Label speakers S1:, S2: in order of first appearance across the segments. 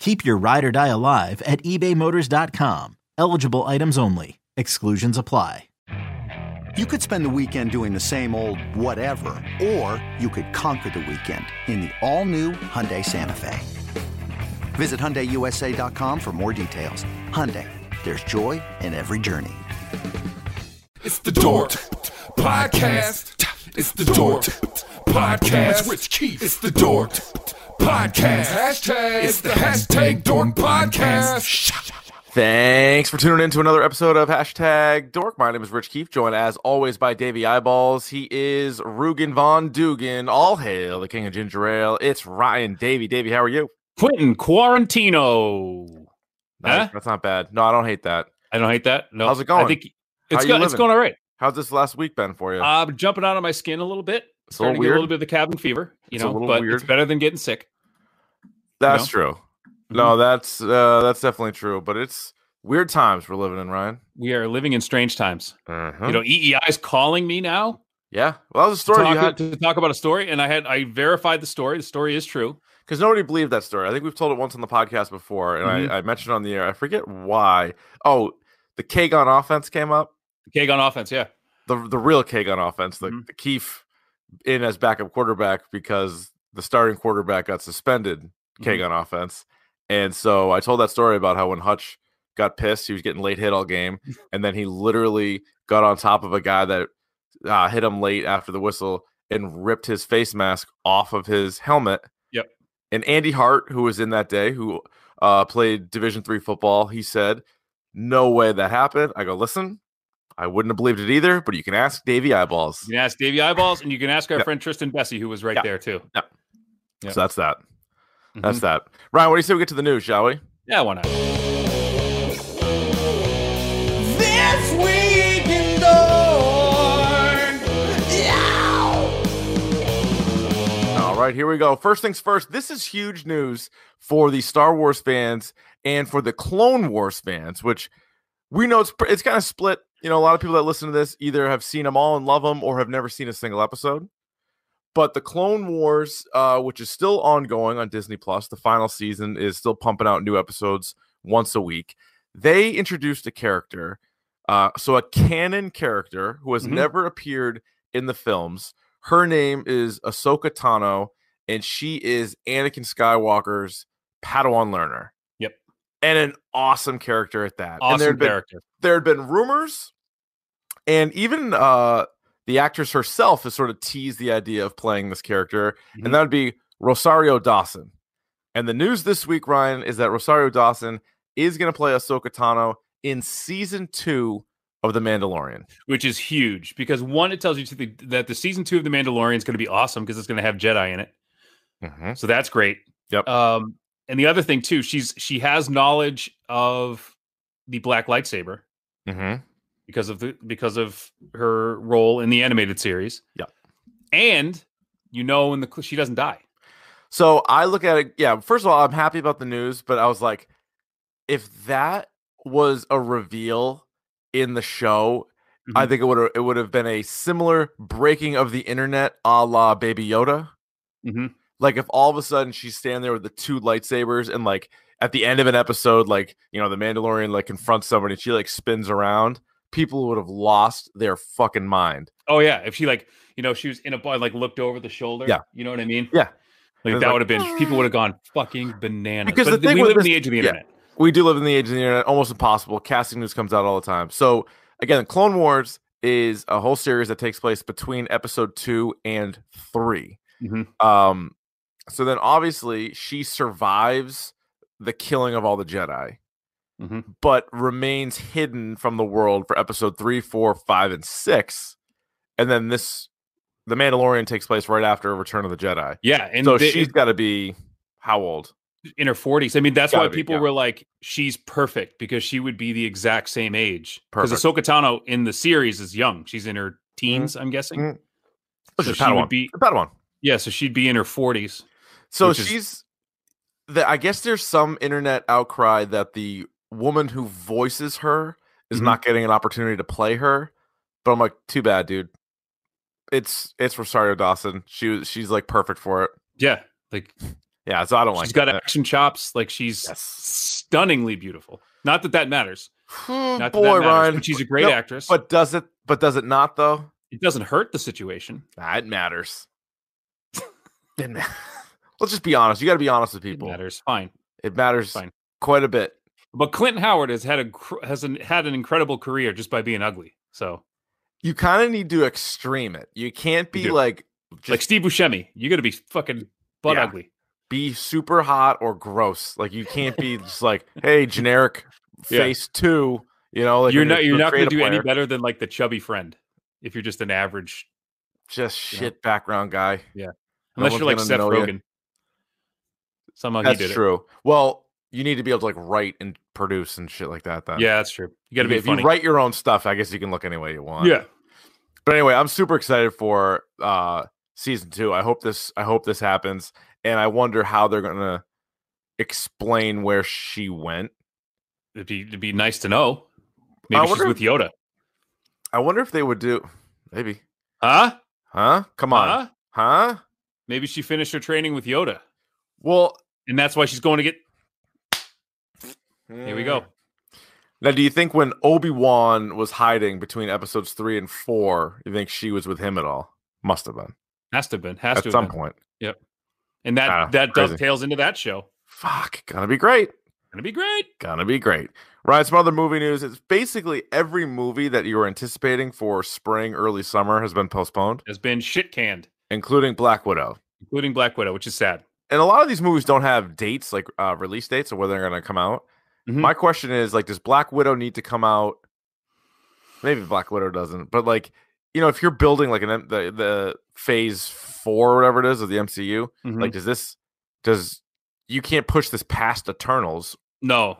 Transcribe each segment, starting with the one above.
S1: Keep your ride or die alive at ebaymotors.com. Eligible items only. Exclusions apply.
S2: You could spend the weekend doing the same old whatever, or you could conquer the weekend in the all-new Hyundai Santa Fe. Visit HyundaiUSA.com for more details. Hyundai, there's joy in every journey.
S3: It's the Dork Podcast. It's the Dork Podcast. Rich Keith. It's the Dork Podcast. Hashtag. It's the hashtag Dork Podcast.
S4: Thanks for tuning in to another episode of Hashtag Dork. My name is Rich Keefe, joined as always by Davey Eyeballs. He is Rugen Von Dugan. All hail the king of ginger ale. It's Ryan Davey. Davey, how are you?
S5: Quentin Quarantino.
S4: Nice.
S5: Huh?
S4: That's not bad. No, I don't hate that.
S5: I don't hate that. No,
S4: How's it going?
S5: I think
S4: How
S5: it's
S4: you
S5: go, it's
S4: living?
S5: going all right.
S4: How's this last week been for you?
S5: I'm jumping out of my skin a little bit.
S4: It's a little
S5: starting to get a little
S4: weird.
S5: bit of the cabin fever. You
S4: It's a
S5: know,
S4: little
S5: but
S4: weird.
S5: it's better than getting sick.
S4: that's
S5: no. Mm-hmm.
S4: true. No, that's uh, that's definitely true. But it's weird times we're living in, Ryan.
S5: We are living in strange times.
S4: Uh-huh.
S5: You know, EEI is calling me now
S4: yeah. Well, that was a
S5: to
S4: story you
S5: talk,
S4: had
S5: to talk about a story, and I had I verified the story. The story is true.
S4: because nobody believed that story. I think we've told it once on the podcast before, and I, I mentioned it on the air. I forget why. Oh, the Kagon offense came up.
S5: Kagon offense, yeah.
S4: the the real Kagan offense, the,
S5: Mhm.
S4: the Keefe in as backup quarterback because the starting quarterback got suspended, Kagan offense. And so I told that story about how when Hutch got pissed, he was getting late hit all game, and then he literally got on top of a guy that uh, hit him late after the whistle and ripped his face mask off of his helmet.
S5: Yep.
S4: And Andy Hart, who was in that day, who uh, played Division three football, he said, "No way that happened." I go, "Listen, I wouldn't have believed it either, but you can ask Davey Eyeballs."
S5: You can ask Davey Eyeballs, and you can ask our
S4: Yeah.
S5: friend Tristan Bessie, who was right
S4: Yeah.
S5: there too. Yeah.
S4: So that's that. That's that. Ryan, what do you say we get to the news, shall we?
S5: Yeah, why not?
S6: This week in Dork. Yeah.
S4: All right, here we go. First things first, this is huge news for the Star Wars fans and for the Clone Wars fans, which we know it's pr- it's kind of split. You know, a lot of people that listen to this either have seen them all and love them or have never seen a single episode. But the Clone Wars, uh, which is still ongoing on Disney Plus, the final season is still pumping out new episodes once a week. They introduced a character, uh, so a canon character who has
S5: Mhm.
S4: never appeared in the films. Her name is Ahsoka Tano, and she is Anakin Skywalker's Padawan learner.
S5: Yep.
S4: And an awesome character at that. and there had
S5: Awesome
S4: been
S5: character.
S4: there had been rumors, and even uh, the actress herself has sort of teased the idea of playing this character,
S5: Mhm.
S4: and that would be Rosario Dawson. And the news this week, Ryan, is that Rosario Dawson is going to play Ahsoka Tano in season two of The Mandalorian.
S5: which is huge because one, it tells you to the, that the season two of The Mandalorian is going to be awesome because it's going to have Jedi in it, so that's great.
S4: Yep.
S5: Um, and the other thing too, she's she has knowledge of the black lightsaber
S4: Mm-hmm.
S5: because of the because of her role in the animated series.
S4: Yep.
S5: And you know, when the cl- she doesn't die.
S4: So I look at it. Yeah, first of all, I'm happy about the news, but I was like, if that was a reveal in the show, I
S5: Mhm.
S4: think it would it would have been a similar breaking of the internet, a la Baby Yoda. Mm-hmm.
S5: Mhm.
S4: Like if all of a sudden she's standing there with the two lightsabers and like at the end of an episode, like you know the Mandalorian like confronts somebody and she like spins around, people would have lost their fucking mind.
S5: Oh yeah, if she like you know she was in a bar like looked over the shoulder.
S4: Yeah.
S5: You know what I mean?
S4: Yeah.
S5: Like
S4: It's
S5: that
S4: like- "Ah."
S5: would have been people would have gone fucking bananas
S4: Because
S5: But
S4: the thing
S5: we
S4: with
S5: live
S4: this-
S5: in the age of the
S4: yeah.
S5: internet.
S4: we do live in the age of the internet, almost impossible. Casting news comes out all the time. So again, Clone Wars is a whole series that takes place between episode two and 3
S5: Mhm.
S4: Um, so then obviously she survives the killing of all the Jedi,
S5: Mhm.
S4: but remains hidden from the world for episode three, four, five, and six. And then this, The Mandalorian takes place right after Return of the Jedi.
S5: Yeah, and
S4: so
S5: they-
S4: she's got to be how old?
S5: in her 40s. I mean, that's
S4: Gotta
S5: why
S4: be,
S5: people
S4: yeah.
S5: were like, she's perfect because she would be the exact same age. Because
S4: Perfect.
S5: Ahsoka Tano in the series is young. She's in her teens, I'm guessing.
S4: Mhm.
S5: So
S4: She's a
S5: she
S4: Padawan.
S5: would be,
S4: A Padawan.
S5: yeah, so she'd be in her 40s.
S4: So
S5: which is-
S4: she's the I guess there's some internet outcry that the woman who voices her is
S5: Mhm.
S4: not getting an opportunity to play her. But I'm like, too bad, dude. It's it's Rosario Dawson. She was she's like perfect for it.
S5: Yeah, like
S4: Yeah, so Oh, I don't
S5: she's
S4: like Uh,
S5: got
S4: that.
S5: action chops. Like she's
S4: Yes.
S5: stunningly beautiful. Not that that matters.
S4: Hmm,
S5: Not that, that
S4: boy,
S5: matters,
S4: Ryan.
S5: But she's a great
S4: Nope,
S5: actress. But
S4: But does it but does it not though?
S5: it doesn't hurt the situation.
S4: Nah, it matters. it ma- Let's just be honest. You gotta be honest with
S5: It
S4: people.
S5: matters. Fine.
S4: It matters
S5: Fine.
S4: quite a bit.
S5: But Clint Howard has had a cr- has an, had an incredible career just by being ugly. So
S4: You kind of need to extreme it. You can't be
S5: do.
S4: like
S5: like Steve Buscemi, you got to be fucking butt
S4: Yeah.
S5: ugly.
S4: be super hot or gross. Like you can't be just like, hey, generic
S5: Yeah.
S4: face two. You know, like
S5: you're
S4: when
S5: not you're not going
S4: creative
S5: to do any
S4: player,
S5: better than like the chubby friend if you're just an average
S4: Just
S5: you
S4: shit
S5: know.
S4: background guy. No
S5: unless you're like
S4: one's
S5: Seth
S4: gonna know ya.
S5: Rogen. Somehow
S4: That's
S5: Oh, he did
S4: true. Well, you need to be able to like write and produce and shit like that. Then
S5: it. Yeah, that's true. You got to be
S4: if
S5: funny.
S4: you write your own stuff, I guess you can look any way you want.
S5: yeah,
S4: But anyway, I'm super excited for uh season two. I hope this I hope this happens. And I wonder how they're gonna explain where she went.
S5: it'd be it'd be nice to know. Maybe she's
S4: wonder
S5: with Yoda.
S4: I wonder if they would do maybe.
S5: Huh?
S4: Huh? Come on.
S5: Huh?
S4: huh?
S5: Maybe she finished her training with Yoda,
S4: Well,
S5: and that's why she's going to get. Here we
S4: Mm.
S5: go.
S4: Now, do you think when Obi Wan was hiding between episodes three and four, you think she was with him at all? Must have been
S5: Has to have been. Has
S4: at
S5: to have
S4: some
S5: been.
S4: point.
S5: And that
S4: Ah,
S5: that
S4: crazy.
S5: dovetails into that show.
S4: Fuck, gonna be great.
S5: Gonna be great.
S4: Gonna be great. Right, some other movie news. It's basically every movie that you were anticipating for spring, early summer has been postponed,
S5: Has been shit canned,
S4: including Black Widow.
S5: including Black Widow, which is sad.
S4: And a lot of these movies don't have dates, like uh, release dates, or whether they're gonna come out.
S5: Mhm.
S4: My question is, like, does Black Widow need to come out? Maybe Black Widow doesn't, but like, you know, if you're building like an M- the the Phase Four, or whatever it is, of the MCU,
S5: Mhm.
S4: like, does this does you can't push this past Eternals?
S5: no,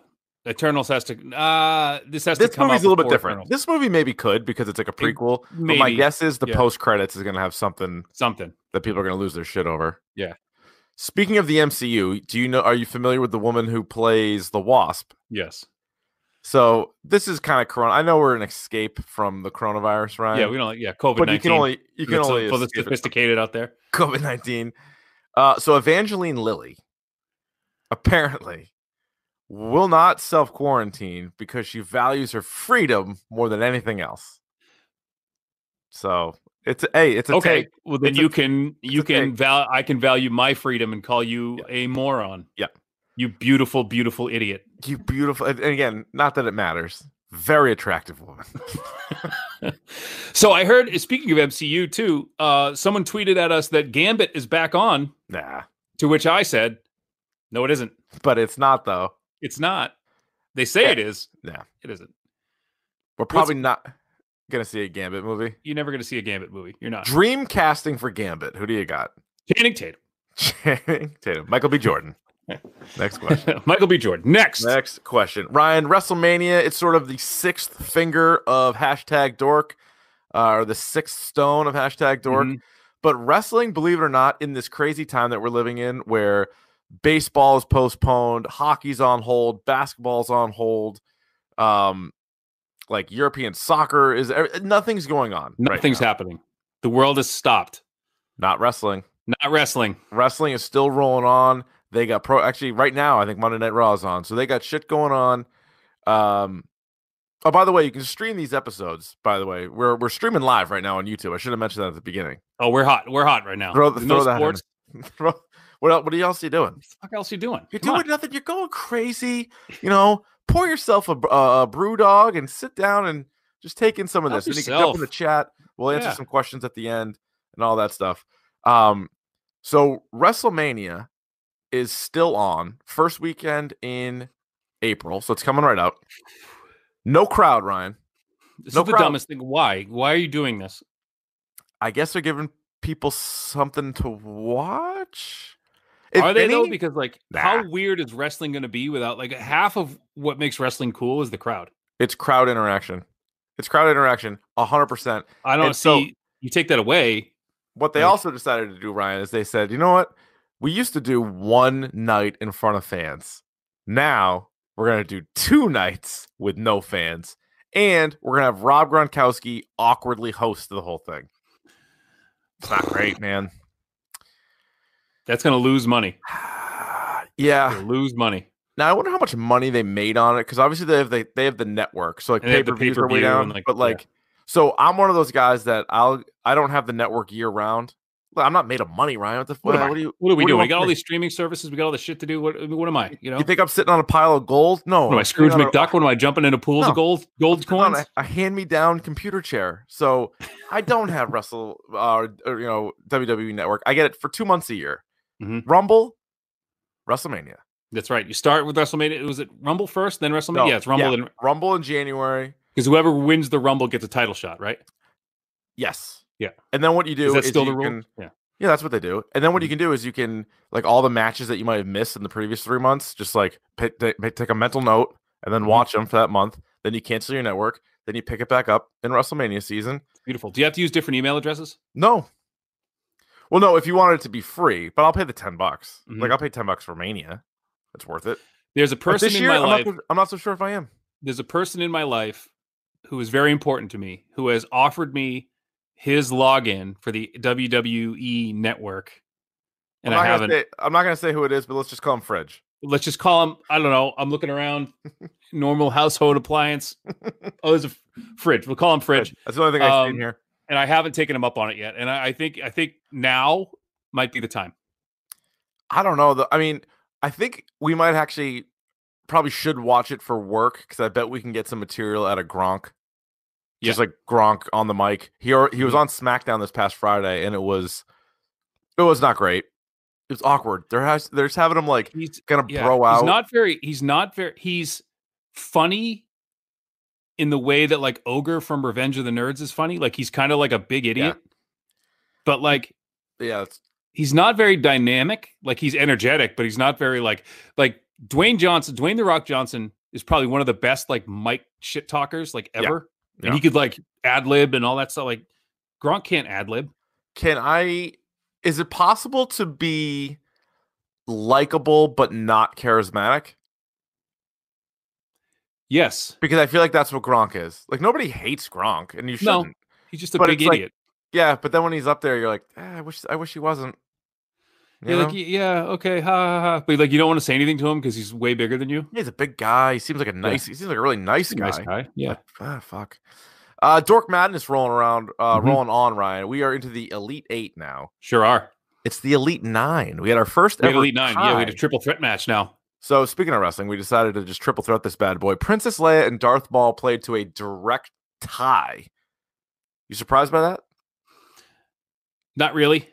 S5: Eternals has to. Uh, this has to
S4: This
S5: come
S4: movie's a
S5: out
S4: little bit
S5: before
S4: different.
S5: Eternals.
S4: This movie maybe could because it's like a
S5: It-
S4: prequel. But my
S5: maybe.
S4: guess is the
S5: yeah.
S4: post credits is going to have something
S5: Something.
S4: that people are going to lose their shit over.
S5: Yeah.
S4: Speaking of the MCU, do you know? Are you familiar with the woman who plays the Wasp?
S5: Yes.
S4: So this is kind of corona. I know we're an escape from the coronavirus, right?
S5: Yeah, we don't. like Yeah, COVID nineteen.
S4: but you can only you can only
S5: for the sophisticated out there.
S4: COVID nineteen. Uh, so Evangeline Lilly apparently will not self quarantine because she values her freedom more than anything else. So it's a hey, it's a
S5: okay,
S4: take.
S5: well then
S4: It's a-
S5: you can you
S4: a
S5: can
S4: take.
S5: val I can value my freedom and call you a moron.
S4: Yeah.
S5: You beautiful, beautiful idiot.
S4: You beautiful, and and again, not that it matters. Very attractive woman.
S5: So I heard. Speaking of MCU too, uh, someone tweeted at us that Gambit is back on.
S4: nah,
S5: To which I said, "No, it isn't.
S4: but it's not though.
S5: It's not. They say it is.
S4: Yeah.
S5: it isn't.
S4: We're probably not gonna see a Gambit movie.
S5: You're never going to see a Gambit movie. You're not.
S4: Dream casting for Gambit. Who do you got?
S5: Channing Tatum,
S4: Channing Tatum. Michael B. Jordan. Next question.
S5: Michael B. Jordan. Next.
S4: Next question. Ryan, WrestleMania, it's sort of the sixth finger of hashtag dork, uh, or the sixth stone of hashtag dork.
S5: Mhm.
S4: But wrestling, believe it or not, in this crazy time that we're living in where baseball is postponed, hockey's on hold, basketball's on hold, um, like European soccer is ev- nothing's going on. right
S5: Nothing's
S4: now.
S5: happening. The world is stopped.
S4: Not wrestling.
S5: Not wrestling.
S4: wrestling is still rolling on. They got pro actually right now. I think Monday Night Raw is on, so they got shit going on. Um, oh, by the way, you can stream these episodes. By the way, we're we're streaming live right now on YouTube. I should have mentioned that at the beginning.
S5: Oh, we're hot. We're hot right now.
S4: Throw the-
S5: no
S4: throw that in.
S5: sports.
S4: what el- what else are you doing?
S5: What the fuck else you doing?
S4: You're
S5: Come on.
S4: doing nothing. You're uh, going crazy. You know, pour yourself a, br- a brew dog and sit down and Just take in some of
S5: Help
S4: this. And you can
S5: yourself.
S4: jump in the chat. We'll answer
S5: Yeah.
S4: some questions at the end and all that stuff. Um, so WrestleMania is still on first weekend in April, so it's coming right out. No crowd, Ryan.
S5: This
S4: No
S5: is the
S4: problem.
S5: dumbest thing. Why? Why are you doing this?
S4: I guess they're giving people something to watch.
S5: are they
S4: any-
S5: though? Because like, how
S4: Nah.
S5: weird is wrestling going to be without like half of what makes wrestling cool is the crowd.
S4: it's crowd interaction. It's crowd interaction, hundred percent.
S5: I don't
S4: And so-
S5: see you take that away.
S4: What they
S5: Like-
S4: also decided to do, Ryan, is they said, you know what? We used to do one night in front of fans. Now we're going to do two nights with no fans. And we're going to have Rob Gronkowski awkwardly host the whole thing. It's not great, man.
S5: That's going to lose money.
S4: Yeah.
S5: It'll lose money.
S4: Now I wonder how much money they made on it because obviously they have they, they have the network, so like
S5: And they
S4: pay
S5: have the
S4: per views are way
S5: pay-per-view
S4: down.
S5: and, like,
S4: but
S5: yeah.
S4: like, so I'm one of those guys that I'll I don't have the network year round. Well, I'm not made of money, Ryan. What the
S5: What,
S4: what,
S5: am I?
S4: what do you?
S5: what are we
S4: what do you
S5: doing?
S4: want
S5: we got all
S4: from me?
S5: these streaming services. We got all this shit to do. What, I mean, what am I? You know,
S4: You think I'm sitting on a pile of gold? No.
S5: what am I
S4: I'm
S5: Scrooge
S4: sitting on a-
S5: McDuck? What am I jumping into pools
S4: No.
S5: of gold gold
S4: sitting on
S5: coins?
S4: a, a hand-me-down computer chair. So I don't have Wrestle uh, or you know WWE Network. I get it for two months a year.
S5: Mhm.
S4: Rumble, WrestleMania.
S5: That's right. You start with WrestleMania. Was it Rumble first, then WrestleMania?
S4: No,
S5: yeah, it's Rumble,
S4: yeah.
S5: then
S4: Rumble in January.
S5: because whoever wins the Rumble gets a title shot, right?
S4: Yes.
S5: Yeah.
S4: And then what you do
S5: Is
S4: is,
S5: that still the
S4: you
S5: rule? Mm-hmm.
S4: can-
S5: yeah.
S4: Yeah, that's what they do. And then what you can do is you can like all the matches that you might have missed in the previous three months, just like pick, ta- ma- take a mental note and
S5: Mm-hmm.
S4: then watch them for that month. Then you cancel your network. Then you pick it back up in WrestleMania season.
S5: Beautiful. Do you have to use different email addresses?
S4: No. Well, no, if you wanted it to be free, but I'll pay the ten bucks.
S5: Mhm.
S4: Like I'll pay ten bucks for Mania. That's worth it.
S5: There's a
S4: But
S5: person
S4: Uh, this
S5: in
S4: year,
S5: my
S4: I'm,
S5: life.
S4: Not, so- I'm not so sure if I am.
S5: There's a person in my life who is very important to me who has offered me his login for the WWE network, and
S4: I'm
S5: I
S4: not
S5: haven't.
S4: Gonna say, I'm not going to say who it is, but let's just call him Fridge.
S5: let's just call him. I don't know. I'm looking around. Normal household appliance. Oh, there's a f- fridge. We'll call him fridge.
S4: That's the only thing I've
S5: Um,
S4: seen here.
S5: And I haven't taken him up on it yet. And I, I think I think now might be the time.
S4: I don't know. Though. I mean, I think we might actually probably should watch it for work because I bet we can get some material out of Gronk. Just like Gronk on the mic. He or, he
S5: Mm-hmm.
S4: was on SmackDown this past Friday, and it was it was not great. It was awkward. They're has, they're just having him like
S5: He's
S4: kind of
S5: yeah,
S4: bro out.
S5: He's not very. He's not very. He's funny in the way that like ogre from Revenge of the Nerds is funny. Like he's kind of like a big idiot, but like
S4: yeah, it's,
S5: he's not very dynamic. Like he's energetic, but he's not very like like Dwayne Johnson. Dwayne the Rock Johnson is probably one of the best like mic shit talkers like
S4: Yeah.
S5: ever,
S4: Yeah.
S5: and he could like ad lib and all that stuff. Like Gronk can't ad lib.
S4: Can I? Is it possible to be likable but not charismatic?
S5: Yes,
S4: Because I feel like that's what Gronk is. Like nobody hates Gronk, and you
S5: No.
S4: shouldn't.
S5: he's just a
S4: But
S5: big
S4: it's like-
S5: idiot.
S4: Yeah, but then when he's up there, you're like, "Ah, I wish, I wish he wasn't. You
S5: yeah,
S4: know?
S5: like y- yeah, okay, ha, ha, ha. But like you don't want to say anything to him because he's way bigger than you.
S4: he's a big guy. He seems like a nice. He seems like a really nice
S5: He's a
S4: guy.
S5: Nice guy. Yeah.
S4: Ah, fuck. Uh, Dork madness rolling around, uh,
S5: Mhm.
S4: rolling on. Ryan, we are into the elite eight now.
S5: Sure are.
S4: It's the elite nine. We had our first
S5: We had
S4: ever
S5: Elite Nine. Yeah, we had a
S4: tie.
S5: triple threat match now.
S4: So speaking of wrestling, we decided to just triple threat this bad boy. Princess Leia and Darth Maul played to a direct tie. You surprised by that?
S5: Not really.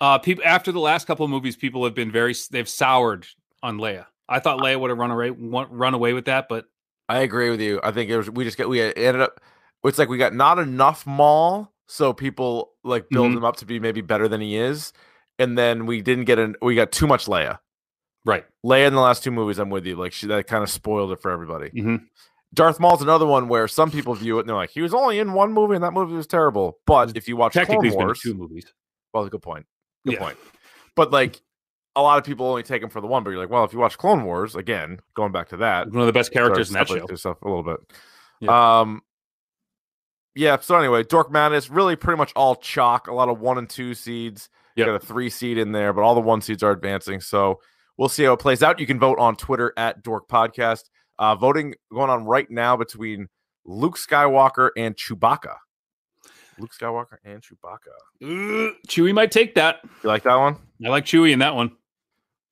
S5: Uh, people after the last couple of movies, people have been very they've soured on Leia. I thought Leia would have run away wa- run away with that, but
S4: I agree with you. I think it was we just get we ended up. It's like we got not enough Maul, so people like build
S5: Mhm.
S4: him up to be maybe better than he is, and then we didn't get an. We got too much Leia.
S5: right.
S4: Leia in the last two movies, I'm with you. Like she that kind of spoiled it for everybody.
S5: Mhm.
S4: Darth Maul's another one where some people view it and they're like, he was only in one movie and that movie was terrible. But if you watch Clone
S5: Technically, it's been
S4: Wars,
S5: two movies.
S4: Well, good point. Good
S5: Yeah.
S4: point. But like a lot of people only take him for the one, but you're like, well, if you watch Clone Wars, again, going back to that,
S5: One of the best characters in
S4: sort of
S5: that show.
S4: separates yourself a little bit. Um yeah, so anyway, Dork Madness really pretty much all chalk, a lot of one and two seeds. You
S5: Yep.
S4: Got a three seed in there, but all the one seeds are advancing. So we'll see how it plays out. You can vote on Twitter at Dork Podcast. Uh, voting going on right now between Luke Skywalker and Chewbacca. Luke Skywalker and Chewbacca.
S5: Uh, Chewie might take that.
S4: You like that one?
S5: I like Chewie in that one.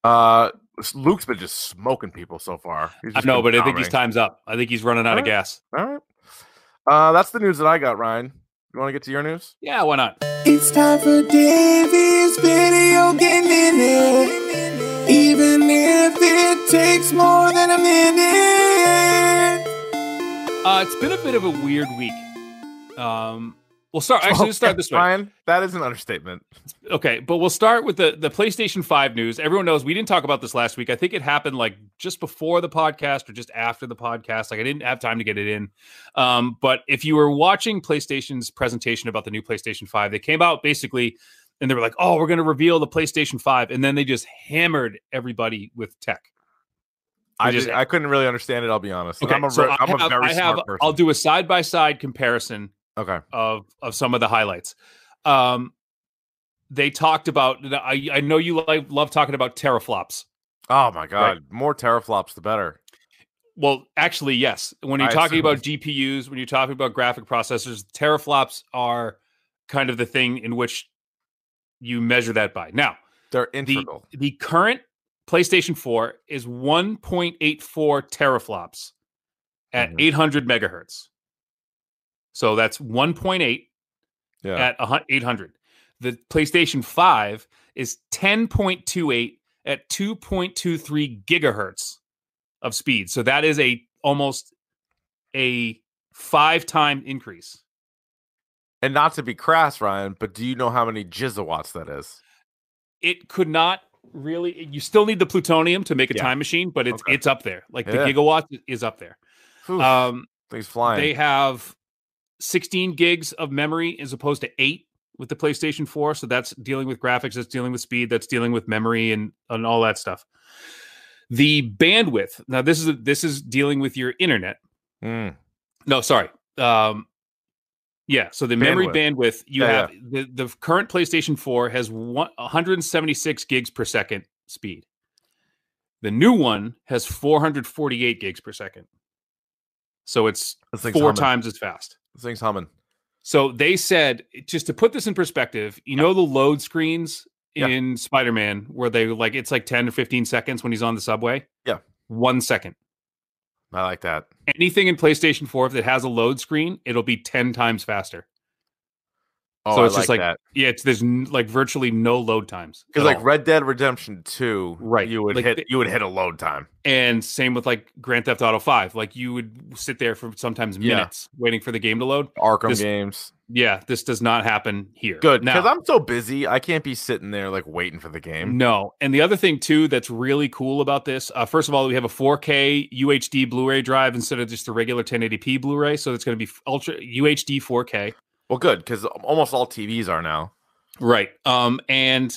S4: Uh, Luke's been just smoking people so far. He's
S5: I
S4: just
S5: know,
S4: been
S5: but I think his
S4: dominating.
S5: time's up. I think he's running out of
S4: Alright.
S5: gas.
S4: All right. Uh, that's the news that I got, Ryan. You want to get to your news?
S5: Yeah, why not?
S6: It's time for Davey's video game minute. Even if it takes more than a minute.
S5: Uh, it's been a bit of a weird week. Um, we'll start. Actually, let's start this way.
S4: Ryan, that is an understatement.
S5: Okay, but we'll start with the the PlayStation 5 news. Everyone knows we didn't talk about this last week. I think it happened like just before the podcast or just after the podcast. Like I didn't have time to get it in. Um, but if you were watching PlayStation's presentation about the new PlayStation 5, they came out basically and they were like, "Oh, we're going to reveal the PlayStation 5." And then they just hammered everybody with tech.
S4: I
S5: It is-
S4: just, I couldn't really understand it. I'll be honest. And I'm a,
S5: so
S4: ver-
S5: I
S4: I'm a
S5: have-
S4: very
S5: I have-
S4: smart person.
S5: I'll do a side by side comparison
S4: okay.
S5: of of some of the highlights. Um, they talked about. I I know you like love talking about teraflops.
S4: Oh my god, more teraflops the better.
S5: Well, actually, yes. When you're
S4: I
S5: talking
S4: assume.
S5: about GPUs, when you're talking about graphic processors, teraflops are kind of the thing in which you measure that by. Now,
S4: They're integral.
S5: the current PlayStation 4 is 1.84 teraflops at
S4: Mhm.
S5: 800 megahertz. So that's 1.8
S4: yeah.
S5: at a hun- 800. The PlayStation 5 is 10.28 at 2.23 gigahertz of speed. So that is a almost a five time increase.
S4: and not to be crass, Ryan, but do you know how many gigawatts that is?
S5: It could not really you still need the plutonium to make a
S4: Yeah.
S5: time machine, but it's
S4: Okay.
S5: it's up there. Like the
S4: Yeah.
S5: gigawatt is up there.
S4: Whew,
S5: Um
S4: things flying.
S5: They have 16 gigs of memory as opposed to eight with the PlayStation 4. So that's dealing with graphics, that's dealing with speed, that's dealing with memory and, and all that stuff. The bandwidth. Now this is this is dealing with your internet.
S4: Mm,
S5: No, sorry. Um, yeah. So the memory
S4: Bandwidth.
S5: bandwidth you
S4: Yeah,
S5: have the the current PlayStation 4 has one, 176 gigs per second speed. The new one has 448 gigs per second. So it's
S4: This thing's
S5: four
S4: humming.
S5: times as fast.
S4: this thing's humming.
S5: So they said, just to put this in perspective, you know the load screens
S4: Yeah.
S5: in Spider Man where they like it's like 10 or 15 seconds when he's on the subway?
S4: Yeah.
S5: One second.
S4: I like that.
S5: Anything in PlayStation 4, if it has a load screen, it'll be 10 times faster.
S4: Oh,
S5: so
S4: I
S5: it's just
S4: like
S5: like,
S4: that.
S5: yeah, it's there's n- like virtually no load times.
S4: Because
S5: at
S4: like
S5: all.
S4: Red Dead Redemption Two,
S5: Right,
S4: You would
S5: like
S4: hit
S5: the-
S4: you would hit a load time.
S5: and same with like Grand Theft Auto 5. Like you would sit there for sometimes
S4: Yeah.
S5: minutes waiting for the game to load.
S4: Arkham
S5: This-
S4: games,
S5: Yeah, this does not happen here.
S4: good.
S5: Now-
S4: Because I'm so busy, I can't be sitting there like waiting for the game.
S5: No. And the other thing too that's really cool about this, uh, first of all, we have a 4K UHD Blu-ray drive instead of just the regular 1080p Blu-ray, so it's going to be ultra UHD 4K.
S4: Well, good because almost all TVs are now.
S5: Right. Um and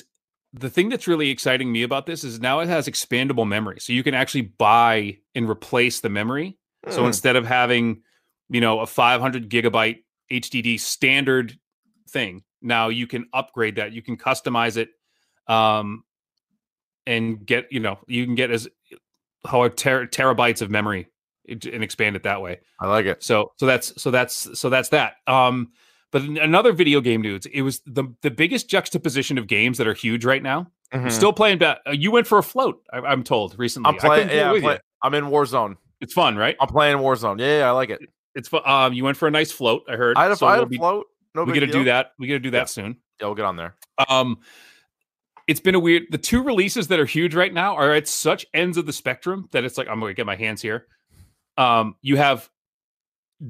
S5: the thing that's really exciting me about this is now it has expandable memory. So you can actually buy and replace the memory. So
S4: Mm.
S5: instead of having, you know, a 500 gigabyte HDD standard thing, now you can upgrade that. You can customize it, um, and get you know you can get as how ter- terabytes of memory it- and expand it that way.
S4: I like it.
S5: So so that's so that's so that's that. Um, but an- another video game dudes, it was the the biggest juxtaposition of games that are huge right now. I'm
S4: Mhm.
S5: Still playing. Ba- uh, you went for a float, I, I'm told recently.
S4: I'm
S5: I couldn't
S4: playing.
S5: do it
S4: Yeah, I'm,
S5: with you.
S4: play- I'm in Warzone.
S5: it's fun, right?
S4: I'm playing Warzone. Yeah, yeah, I like it.
S5: It's fun. Um, you went for a nice float. I heard.
S4: I had a,
S5: so
S4: I had
S5: we'll
S4: a
S5: be-
S4: float. No
S5: we
S4: big
S5: got to
S4: deal.
S5: do that. We got to do that
S4: Yeah.
S5: soon.
S4: Yeah, we'll get on there.
S5: Um, it's been a weird. The two releases that are huge right now are at such ends of the spectrum that it's like I'm going to get my hands here. Um, you have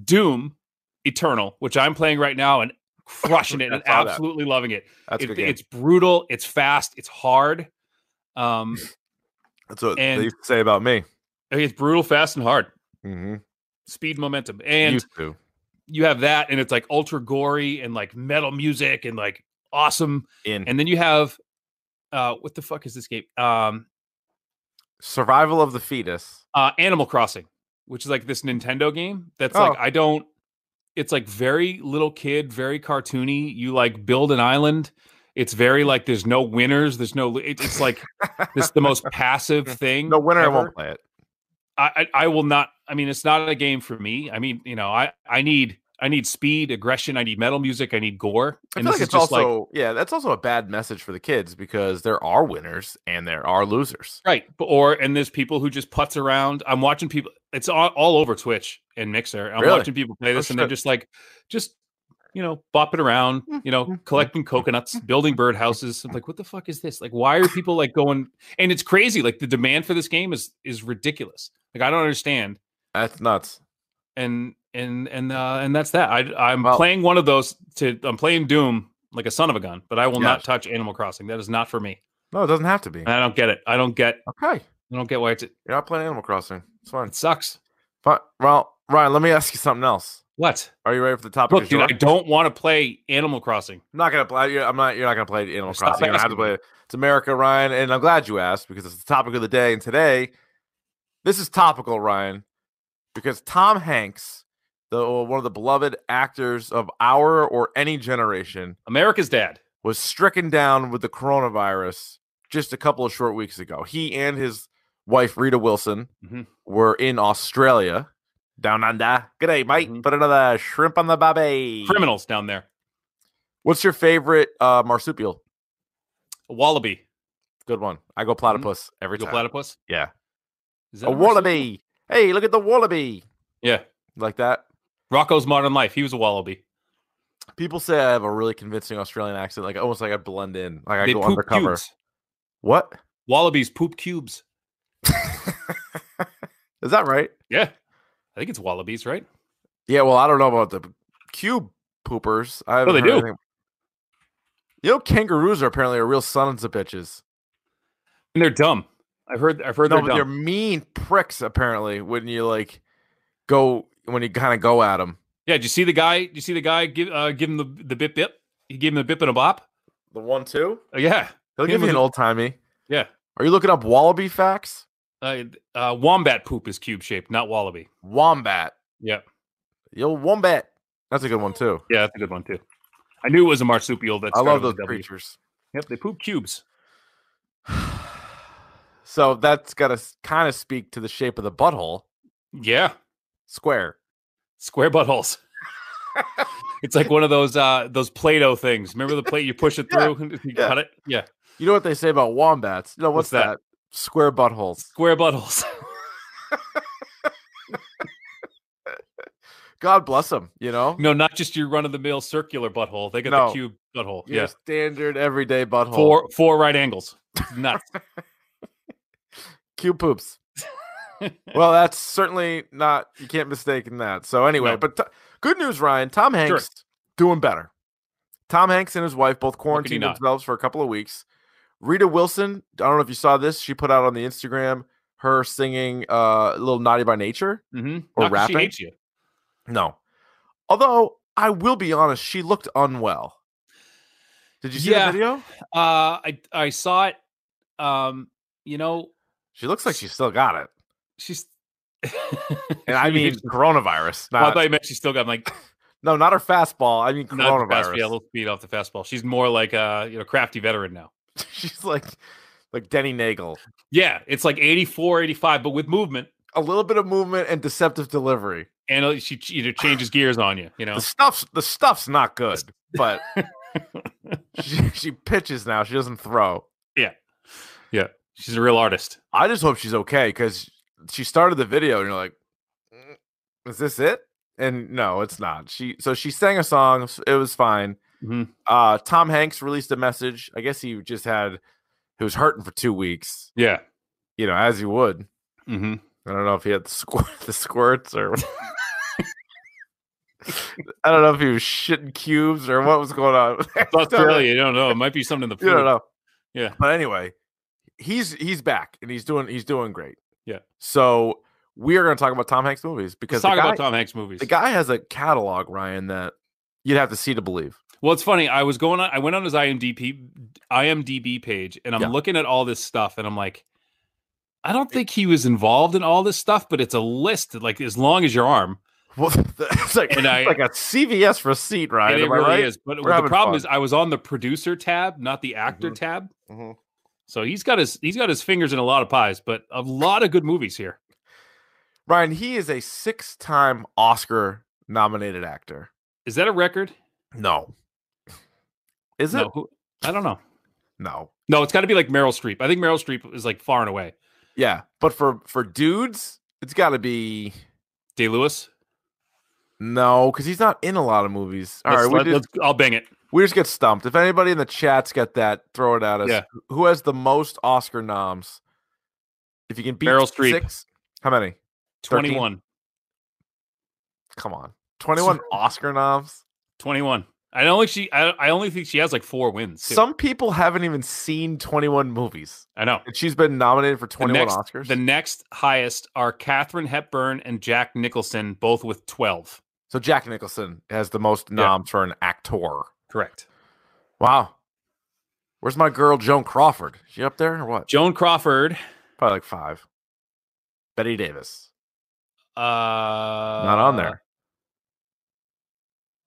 S5: Doom Eternal, which I'm playing right now and crushing it
S4: I
S5: and
S4: saw that.
S5: absolutely loving it.
S4: That's a
S5: It-
S4: good game.
S5: It's brutal. It's fast. It's hard. Um,
S4: That's what
S5: and-
S4: they used to say about me.
S5: it's brutal, fast, and hard.
S4: Mm-hmm.
S5: Speed, momentum, and
S4: used to.
S5: you have that and it's like ultra gory and like metal music and like awesome
S4: in
S5: and then you have uh what the fuck is this game um
S4: Survival of the Fetus.
S5: uh animal crossing which is like this nintendo game that's
S4: Oh.
S5: like i don't it's like very little kid very cartoony you like build an island it's
S4: Mm-hmm.
S5: very like there's no winners there's no it, it's like this the most passive thing
S4: Mm. no winner, I
S5: ever.
S4: won't play it.
S5: I, I I will not. I mean, it's not a game for me. I mean, you know, I I need I need speed, aggression. I need metal music. I need gore.
S4: I feel
S5: And this
S4: like
S5: is
S4: it's
S5: just like
S4: also yeah, that's also a bad message for the kids because there are winners and there are losers.
S5: right. But- Or and there's people who just putz around. I'm watching people. It's all, all over Twitch and Mixer. I'm
S4: Really?
S5: watching people play this, and they're
S4: shit.
S5: just like, just you know, bopping around. You know, collecting coconuts, building birdhouses. I'm like, what the fuck is this? Like, why are people like going? And it's crazy. Like the demand for this game is is ridiculous. Like I don't understand.
S4: That's nuts.
S5: and and and uh, and that's that. I I'm
S4: Well-
S5: playing one of those to I'm playing Doom like a son of a gun, but I will not
S4: Yes.
S5: touch Animal Crossing. That is not for me.
S4: No, it doesn't have to be.
S5: And I don't get it. I don't get
S4: Okay.
S5: I don't get why it's it
S4: You're not playing Animal Crossing. It's fine.
S5: sucks.
S4: But well, Ryan, let me ask you something else.
S5: What?
S4: Are you ready for the topic?
S5: Look,
S4: du
S5: dude,
S4: jour?
S5: I don't want to play Animal Crossing.
S4: I'm not gonna play. You're, I'm not. You're not gonna play Animal
S5: Stop
S4: Crossing. You're gonna have to
S5: asking
S4: play. it. It's America, Ryan, and I'm glad you asked because it's the topic of the day. And today, this is topical, Ryan, because Tom Hanks, the one of the beloved actors of our or any generation,
S5: America's Dad.
S4: was stricken down with the coronavirus just a couple of short weeks ago. He and his wife Rita Wilson
S5: Mhm.
S4: were in Australia, Mm-hmm. down under. G'day, mate.
S5: Mhm.
S4: Put another shrimp on the barbie.
S5: Criminals down there.
S4: What's your favorite uh, marsupial?
S5: A wallaby.
S4: Good one. I go platypus every
S5: Real
S4: time.
S5: platypus.
S4: Yeah.
S5: Is
S4: Mm-hmm. A
S5: that marsupial?
S4: wallaby. Hey, look at the wallaby.
S5: Yeah.
S4: Like that.
S5: Rocco's Modern Life. He was a wallaby.
S4: People say I have a really convincing Australian accent, like almost like I blend in, like I
S5: they
S4: go
S5: poop
S4: undercover.
S5: cubes.
S4: What
S5: Wallabies poop cubes.
S4: is that right?
S5: Yeah. I think it's wallabies, right?
S4: Yeah. Well, I don't know about the p- cube poopers. I haven't
S5: Oh, they
S4: heard
S5: do.
S4: anything- You know, kangaroos are apparently a real sons of bitches.
S5: And they're dumb. I've heard I've heard
S4: No,
S5: they're
S4: but they're
S5: dumb.
S4: mean pricks. Apparently, when you like go when you kind of go at them.
S5: Yeah, did you see the guy? Did you see the guy give uh, give him the the bip bip? He gave him the bip and a bop.
S4: The one two.
S5: Uh, yeah,
S4: He'll
S5: Him
S4: give you
S5: with
S4: an
S5: the-
S4: old timey.
S5: yeah.
S4: Are you looking up wallaby facts?
S5: Uh, uh, wombat poop is cube shaped, not wallaby.
S4: Wombat.
S5: Yeah,
S4: Yo, wombat. That's a good one too.
S5: yeah, that's a good one too. I knew it was a marsupial. That
S4: I love
S5: started with
S4: those
S5: a W.
S4: creatures.
S5: Yep, they poop cubes.
S4: So that's got to kind of speak to the shape of the butthole.
S5: Yeah,
S4: Square.
S5: square buttholes. it's like one of those uh those Play-Doh things. Remember the plate you push it
S4: Yeah,
S5: through and you
S4: yeah.
S5: cut it? Yeah,
S4: You know what they say about wombats? You know what's,
S5: What's
S4: that?
S5: that?
S4: Square buttholes.
S5: square buttholes.
S4: God bless them. You know,
S5: no, not just your run of the mill circular butthole. They got
S4: No.
S5: the cube butthole.
S4: your
S5: Yeah,
S4: standard everyday butthole.
S5: four four right angles. It's Nuts.
S4: cube poops. well, that's certainly not. You can't mistake in that. So anyway,
S5: No.
S4: but t- good news, Ryan. Tom Hanks doing better. Tom Hanks and his wife both quarantined
S5: not?
S4: themselves for a couple of weeks. Rita Wilson, I don't know if you saw this. She put out on the Instagram her singing uh, "Little Naughty by Nature."
S5: mm-hmm.
S4: Or
S5: She
S4: rapping?
S5: hates you.
S4: No, although I will be honest, she looked unwell. Did you see
S5: Yeah.
S4: the video?
S5: Uh, I I saw it. Um, you know,
S4: She looks like she still got it,
S5: she's.
S4: and I
S5: She-
S4: mean coronavirus.
S5: Well, I
S4: Not,
S5: thought you meant she still got like
S4: no, not her fastball. I mean
S5: not the fast, yeah, a
S4: coronavirus.
S5: little speed off the fastball. She's more like a you know crafty veteran now.
S4: She's like like Denny Nagel.
S5: Yeah, it's like 84, 85, but with movement,
S4: A little bit of movement and deceptive delivery.
S5: and uh, she ch- either changes gears on you. You know,
S4: The stuff's the stuff's not good, but she, she pitches now. She doesn't throw.
S5: she's a real artist.
S4: I just hope she's okay because she started the video and you're like, "Mm, is this it? And no, it's not. She so she sang a song. s- It was fine.
S5: Mhm.
S4: Uh, Tom Hanks released a message. I guess he just had he was hurting for two weeks.
S5: Yeah.
S4: You know, as he would.
S5: Mm-hmm.
S4: I don't know if he had the squirt, the squirts, or I don't know if he was shitting cubes or what was going on. I don't know.
S5: Australia, you don't know. It might be something in the
S4: You don't
S5: food.
S4: know.
S5: Yeah.
S4: But anyway, he's he's back and he's doing he's doing great.
S5: Yeah.
S4: So we are going to talk about Tom Hanks movies because
S5: Let's
S4: the
S5: talk
S4: guy,
S5: about Tom Hanks movies.
S4: the guy has a catalog, Ryan, that you'd have to see to believe.
S5: Well, it's funny. I was going on. I went on his IMDb IMDb page, and I'm
S4: Yeah.
S5: looking at all this stuff, and I'm like, I don't think he was involved in all this stuff, but it's a list like as long as your arm.
S4: Well, it's like
S5: And
S4: it's
S5: I-
S4: like a CVS receipt, Ryan.
S5: and it
S4: Am I
S5: really
S4: right?
S5: is. But
S4: We're having
S5: the problem
S4: fun.
S5: is, I was on the producer tab, not the actor
S4: Mhm.
S5: tab.
S4: Mhm.
S5: So he's got his he's got his fingers in a lot of pies, but a lot of good movies here.
S4: Ryan, he is a six-time Oscar nominated actor.
S5: Is that a record?
S4: No. Is it?
S5: no,
S4: No.
S5: who- I don't know. No, it's got to be like Meryl Streep. I think Meryl Streep is like far and away.
S4: Yeah, but for for dudes, it's got to be
S5: Day Lewis.
S4: no, because he's not in a lot of movies. All
S5: Let's-
S4: right, we
S5: let-
S4: did-
S5: let's- I'll bang it.
S4: We just get stumped. If anybody in the chat's got that, throw it at us.
S5: Yeah.
S4: Who has the most Oscar noms? If you can beat
S5: Meryl Streep.
S4: six, how many? 13?
S5: Twenty-one.
S4: Come on, twenty-one Oscar noms.
S5: Twenty-one. I don't think she. I, I only think she has like four wins. too.
S4: Some people haven't even seen twenty-one movies,
S5: I know.
S4: and she's been nominated for
S5: The
S4: twenty-one
S5: next,
S4: Oscars.
S5: the next highest are Katherine Hepburn and Jack Nicholson, both with twelve.
S4: so Jack Nicholson has the most
S5: Yeah.
S4: noms for an actor.
S5: Correct.
S4: Wow. Where's my girl Joan Crawford? She up there or what?
S5: Joan Crawford.
S4: Probably like five. Betty Davis.
S5: Uh,
S4: Not
S5: Not
S4: on there.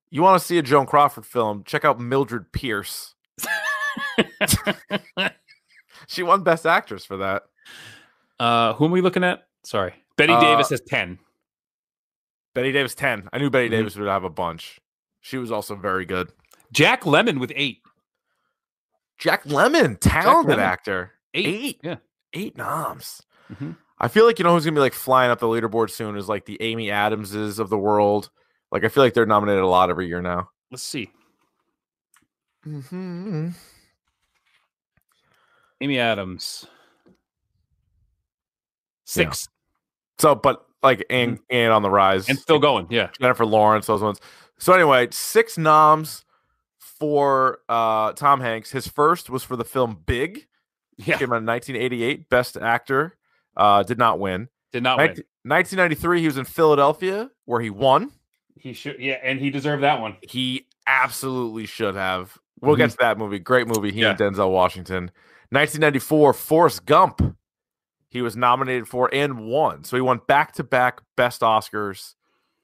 S4: You want to see a Joan Crawford film? Check out Mildred Pierce. She won Best Actress for that.
S5: uh, who am we looking at? Sorry, Betty
S4: Uh,
S5: Davis has ten.
S4: Betty Davis, 10. I knew Betty
S5: Mhm.
S4: Davis would have a bunch. She was also very good.
S5: Jack Lemon with eight.
S4: Jack Lemon, talented
S5: Lemmon.
S4: actor.
S5: Eight.
S4: Eight.
S5: Yeah.
S4: Eight noms.
S5: Mhm.
S4: I feel like you know who's gonna be like flying up the leaderboard soon is like the Amy Adamses of the world. Like I feel like they're nominated a lot every year now.
S5: Let's see.
S4: Mm-hmm.
S5: Amy Adams. Six.
S4: So, but like and and on the rise
S5: Mm-hmm. And still going. Yeah.
S4: Jennifer Lawrence, those ones. So anyway, six noms for uh Tom Hanks. His first was for the film Big.
S5: Yeah.
S4: Came out in 1988, Best Actor. Uh, did not win.
S5: Did not
S4: 19-
S5: win.
S4: 1993, he was in Philadelphia where he won.
S5: He should. Yeah. And he deserved that one.
S4: He absolutely should have. We'll
S5: Mhm.
S4: get to that movie. Great movie. He and Denzel Washington. 1994, Forrest Gump. He was nominated for and won. So he won back to back Best Oscars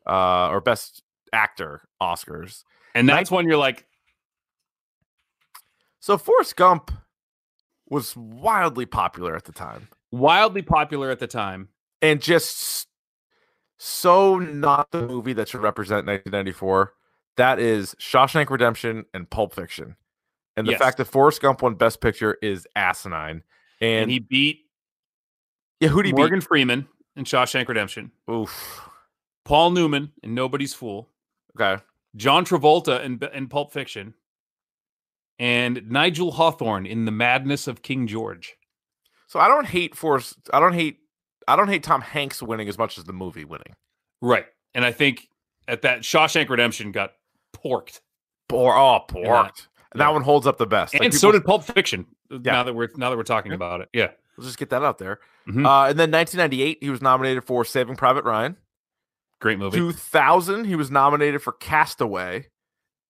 S4: uh, or Best Actor Oscars.
S5: And that's when you're like,
S4: So Forrest Gump was wildly popular at the time
S5: wildly popular at the time.
S4: and just s- so not the movie that should represent 1994. That is Shawshank Redemption and Pulp Fiction. And the
S5: Yes.
S4: fact that Forrest Gump won Best Picture is asinine.
S5: And,
S4: And,
S5: he beat
S4: yeah, who did he
S5: Morgan Freeman in Shawshank Redemption,
S4: beat? Oof.
S5: Paul Newman in Nobody's Fool,
S4: Okay.
S5: John Travolta in, in Pulp Fiction, and Nigel Hawthorne in The Madness of King George.
S4: So I don't hate Forrest. I don't hate. I don't hate Tom Hanks winning as much as the movie winning.
S5: Right. And I think at that, Shawshank Redemption got porked.
S4: Poor, oh, porked.
S5: Yeah.
S4: That one holds up the best.
S5: And
S4: Like,
S5: so
S4: people-
S5: did Pulp Fiction. Now that we're now that we're talking about it, yeah,
S4: Let's just get that out there.
S5: Mhm.
S4: Uh, and then 1998, he was nominated for Saving Private Ryan.
S5: great movie.
S4: 2000, he was nominated for Castaway.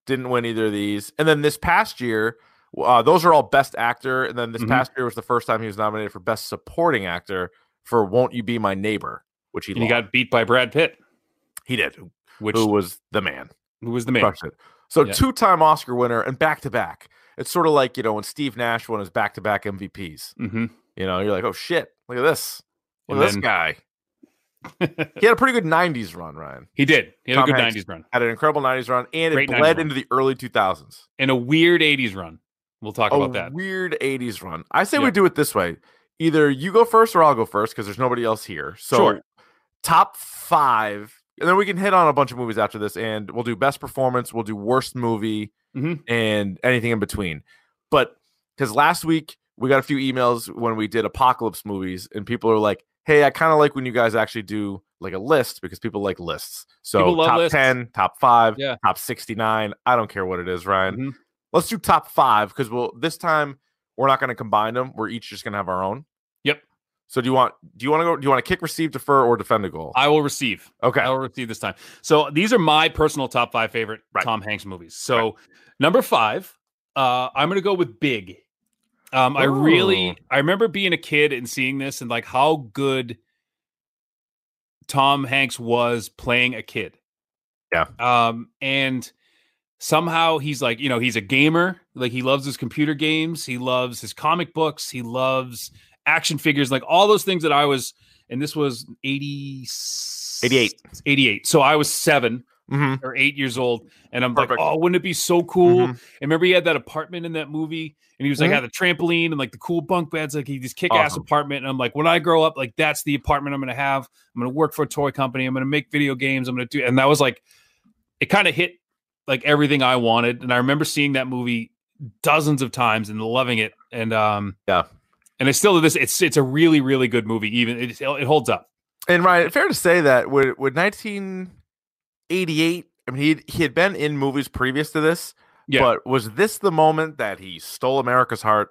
S4: Didn't win either of these. And then this past year, uh, those are all Best Actor. And then this
S5: Mhm.
S4: past year was the first time he was nominated for Best Supporting Actor for "Won't You Be My Neighbor," which he
S5: and he
S4: lost.
S5: got beat by Brad Pitt,
S4: he did. Who
S5: which
S4: who was the man?
S5: who was the man.
S4: Crushed it. So
S5: Yeah.
S4: two-time Oscar winner and back-to-back. It's sort of like you know when Steve Nash won his back-to-back MVPs.
S5: hmm
S4: You know, you're like, oh shit, look at this, look
S5: And
S4: at this
S5: then-
S4: guy. he had a pretty good 90s run, Ryan.
S5: He did. He had
S4: Tom
S5: a good
S4: Hanks.
S5: '90s run
S4: Had an incredible 90s run and
S5: Great
S4: it
S5: 90s
S4: bled
S5: run.
S4: into the early 2000s.
S5: and a weird '80s run. We'll talk
S4: A
S5: about that.
S4: weird 80s run. I say we
S5: Yeah.
S4: do it this way. Either you go first or I'll go first because there's nobody else here. So
S5: Sure.
S4: top five. And then we can hit on a bunch of movies after this and we'll do best performance, we'll do worst movie,
S5: Mhm.
S4: and anything in between. But because last week we got a few emails when we did apocalypse movies, and people are like, Hey, I kind of like when you guys actually do like a list because people like lists. So
S5: People love
S4: top
S5: lists.
S4: 10, top five,
S5: Yeah.
S4: top 69. I don't care what it is, Ryan.
S5: Mhm.
S4: Let's do top five because we'll this time we're not going to combine them. We're each just going to have our own.
S5: Yep.
S4: So do you want do you want to go? Do you want to kick, receive, defer, or defend a goal?
S5: I will receive. I
S4: okay.
S5: will receive this time. So these are my personal top five favorite
S4: Right.
S5: Tom Hanks movies. So number five, uh, I'm going to go with Big. Um, I
S4: Ooh.
S5: really, I remember being a kid and seeing this and like how good Tom Hanks was playing a kid.
S4: Yeah.
S5: Um, and somehow he's like, you know, he's a gamer. Like he loves his computer games. He loves his comic books. He loves action figures, like all those things that I was. And this was 80,
S4: 88.
S5: 88. So I was seven.
S4: hmm
S5: or eight years old. And I'm
S4: Perfect.
S5: like, oh, wouldn't it be so cool?
S4: Mhm.
S5: And remember, he had that apartment in that movie, and he was like,
S4: Mhm.
S5: had the trampoline and like the cool bunk beds, like he this kick ass
S4: Awesome.
S5: apartment. And I'm like, when I grow up, like that's the apartment I'm gonna have. I'm gonna work for a toy company. I'm gonna make video games. I'm gonna do. And that was like, it kind of hit like everything I wanted. And I remember seeing that movie dozens of times and loving it. And um,
S4: Yeah.
S5: And it's still to this. It's it's a really really good movie. Even it, it holds up.
S4: And Ryan, fair to say that with with 1988, I mean he he had been in movies previous to this,
S5: Yeah.
S4: but was this the moment that he stole America's heart?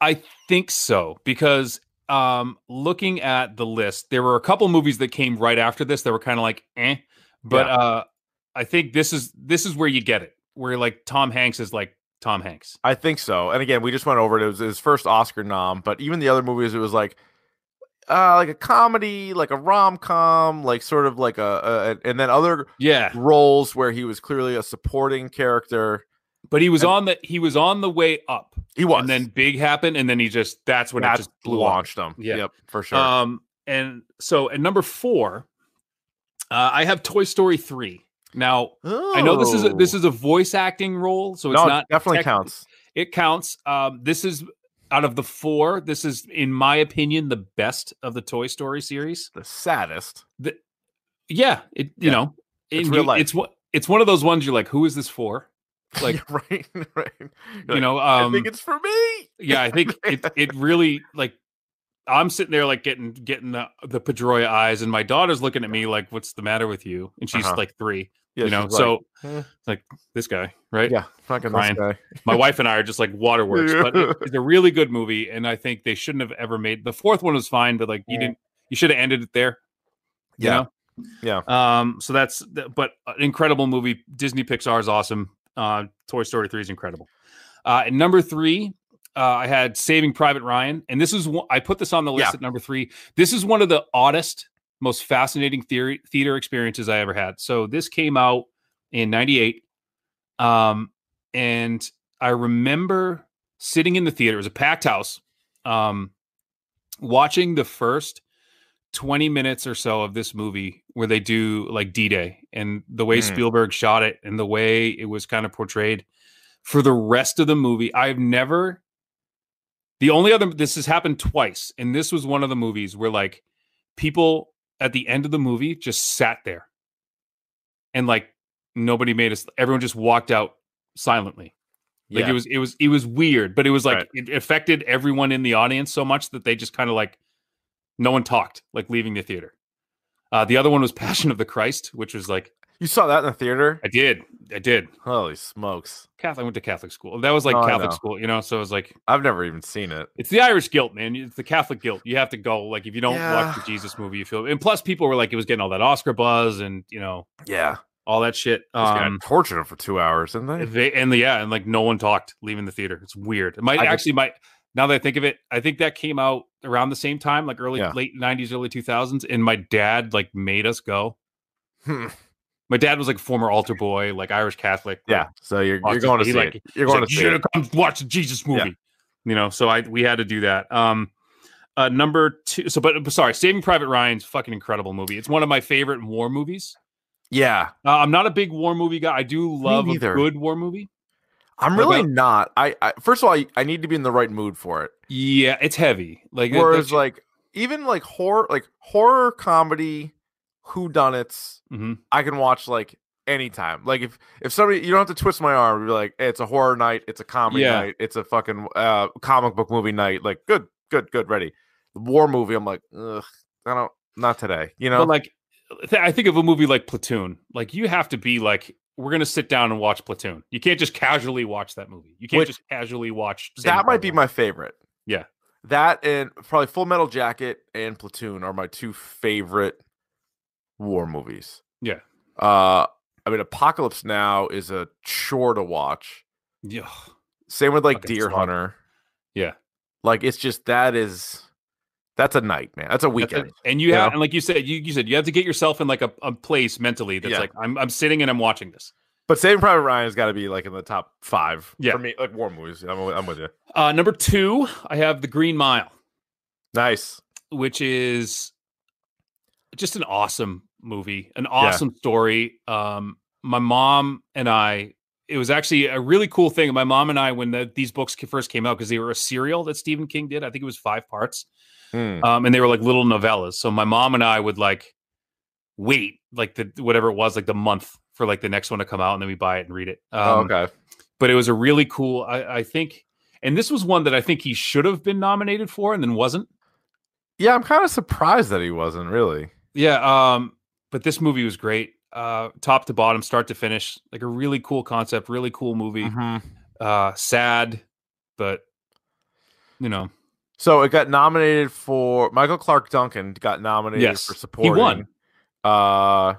S5: I think so because um looking at the list, there were a couple movies that came right after this that were kind of like eh, but
S4: Yeah.
S5: uh I think this is this is where you get it. Where like Tom Hanks is like Tom Hanks.
S4: I think so. And again, we just went over it. It was his first Oscar nom, but even the other movies, it was like uh like a comedy, like a rom com, like sort of like a, a and then other
S5: Yeah.
S4: roles where he was clearly a supporting character.
S5: But he was
S4: And-
S5: on the he was on the way up.
S4: He was
S5: And then big happened and then he just that's when
S4: that
S5: it just blew up.
S4: launched him.
S5: Yeah.
S4: Yep, for sure.
S5: Um and so at number 4 uh I have Toy Story 3. Now, I know this is a, this
S4: Oh.
S5: is a voice acting role, so it's
S4: no, it
S5: not
S4: definitely
S5: tech-
S4: counts.
S5: It counts. Um, this is out of the four. This is, in my opinion, the best of the Toy Story series.
S4: The saddest.
S5: Yeah, it you
S4: Yeah.
S5: know,
S4: It's
S5: and
S4: real
S5: you-
S4: life.
S5: It's one. It's one of those ones you're like, who is this for? Like
S4: Yeah, right, right. You're
S5: you
S4: like,
S5: know,
S4: I
S5: um,
S4: think it's for me.
S5: yeah, I think it it really like. I'm sitting there like getting getting the, the Pedroia eyes, and my daughter's looking at me like, "What's the matter with you?" And she's
S4: Uh-huh.
S5: like three,
S4: Yeah,
S5: you know.
S4: she's
S5: so
S4: "Eh."
S5: like this guy,
S4: like,
S5: right?
S4: yeah, fucking this
S5: Ryan.
S4: guy.
S5: my wife and I are just like waterworks, but
S4: Yeah.
S5: it- it's a really good movie, and I think they shouldn't have ever made the fourth one was fine, but like you
S4: Yeah.
S5: didn't, you should have ended it there. You
S4: Yeah.
S5: know? Um. So that's th- but an incredible movie. Disney Pixar is awesome. Uh, Toy Story three is incredible. Uh, and number three, uh, I had Saving Private Ryan, and this is one, I put this on the list
S4: Yeah.
S5: at number three. This is one of the oddest, most fascinating theory, theater experiences I ever had. So this came out in '98, um, and I remember sitting in the theater. It was a packed house. Um, watching the first 20 minutes or so of this movie where they do like D-Day and the way
S4: Mm.
S5: Spielberg shot it and the way it was kind of portrayed for the rest of the movie. I've never the only other this has happened twice and this was one of the movies where like people at the end of the movie just sat there and like nobody made us everyone just walked out silently. Like
S4: Yeah.
S5: it was it was it was weird, but it was like
S4: Right.
S5: it affected everyone in the audience so much that they just kind of like no one talked, like leaving the theater. Uh, the other one was Passion of the Christ, which was like
S4: You saw that in the theater?
S5: I did, I did.
S4: Holy smokes.
S5: Catholic, I went to Catholic school. That was like
S4: Oh, I
S5: Catholic
S4: know.
S5: school, you know. So it was like
S4: I've never even seen it.
S5: it's the Irish guilt, man. It's the Catholic guilt. You have to go. Like if you don't watch the
S4: Yeah.
S5: Jesus movie, you feel. And plus, people were like, it was getting all that Oscar buzz and you know
S4: Yeah.
S5: all that shit.
S4: Just gonna
S5: Um,
S4: tortured him for two hours, didn't they?
S5: they, and yeah, and like no one talked leaving the theater. It's weird. It might
S4: I just-
S5: actually might. Now that I think of it, I think that came out around the same time, like early
S4: Yeah.
S5: late '90s, early 2000s, and my dad like made us go.
S4: Hmm.
S5: My dad was like a former altar boy, like Irish Catholic. like,
S4: yeah. So you're,
S5: Watch
S4: you're
S5: it.
S4: going to
S5: He
S4: see
S5: like-
S4: it. You're
S5: He's
S4: going
S5: like,
S4: to
S5: you
S4: see
S5: should
S4: it.
S5: have come watch the Jesus movie. You know, so I we had to do that. Um uh number two so but but sorry, Saving Private Ryan's fucking incredible movie. It's one of my favorite war movies.
S4: Yeah.
S5: Uh, I'm not a big war movie guy. I do love a
S4: neither.
S5: good war movie.
S4: I'm
S5: What
S4: really
S5: about-
S4: not. I, I first of all, I, I need to be in the right mood for it.
S5: Yeah, it's heavy. Like that-
S4: Whereas
S5: that-
S4: like even like horror like horror comedy whodunits,
S5: Mhm.
S4: I can watch like anytime. Like if if somebody you don't have to twist my arm, be like, hey, it's a horror night, it's a comedy
S5: Yeah.
S4: night, it's a fucking uh comic book movie night. Like good, good, good, ready. The war movie, I'm like, ugh, I don't not today. You know,
S5: but like th- I think of a movie like Platoon. Like you have to be like we're going to sit down and watch Platoon. You can't just casually watch that movie. You can't
S4: Which-
S5: just casually watch Saving
S4: that might
S5: Private
S4: be
S5: Ryan.
S4: my favorite.
S5: Yeah.
S4: That and probably Full Metal Jacket and Platoon are my two favorite war movies.
S5: Yeah.
S4: Uh I mean Apocalypse Now is a chore to watch.
S5: Yeah.
S4: Same with like
S5: Fucking
S4: Deer
S5: slog.
S4: Hunter.
S5: Yeah.
S4: Like it's just that is that's a night, man. That's a
S5: That's
S4: weekend.
S5: it. and you
S4: you
S5: have,
S4: know?
S5: and like you said, you, you said you have to get yourself in like a, a place mentally that's
S4: Yeah.
S5: like I'm I'm sitting and I'm watching this.
S4: But Saving Private Ryan's got to be like in the top five
S5: Yeah.
S4: for me. Like war movies. I'm, with- I'm with you.
S5: Uh, number two, I have the Green Mile,
S4: Nice.
S5: which is just an awesome movie, an awesome story. Um, my mom and I, it was actually a really cool thing. My mom and I, when the, these books ca- first came out, because they were a serial that Stephen King did, I think it was five parts,
S4: Hmm.
S5: um, and they were like little novellas. So my mom and I would like wait, like the whatever it was, like the month for like the next one to come out, and then we buy it and read it. Um,
S4: Oh, okay.
S5: but it was a really cool I, I think and this was one that i think he should have been nominated for and then wasn't
S4: Yeah, I'm kind of surprised that he wasn't really.
S5: yeah um but this movie was great uh top to bottom start to finish like a really cool concept really cool movie
S4: Mm-hmm.
S5: uh sad but you know
S4: So it got nominated for Michael Clark Duncan got nominated
S5: Yes.
S4: for
S5: He
S4: supporting.
S5: won.
S4: Uh,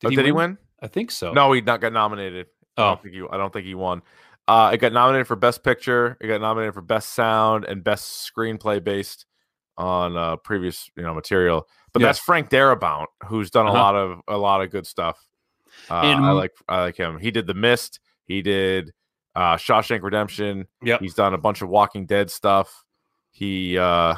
S4: did, he, win?
S5: i think so
S4: No, he not got nominated. I
S5: oh
S4: don't think he. I don't think he won. Uh, it got nominated for Best Picture. It got nominated for Best Sound and Best Screenplay based on uh, previous you know material. But
S5: Yeah.
S4: that's Frank Darabont, who's done a
S5: Uh-huh.
S4: lot of a lot of good stuff. Uh,
S5: And-
S4: I like I like him. He did The Mist. He did uh, Shawshank Redemption.
S5: Yep.
S4: he's done a bunch of Walking Dead stuff. He uh,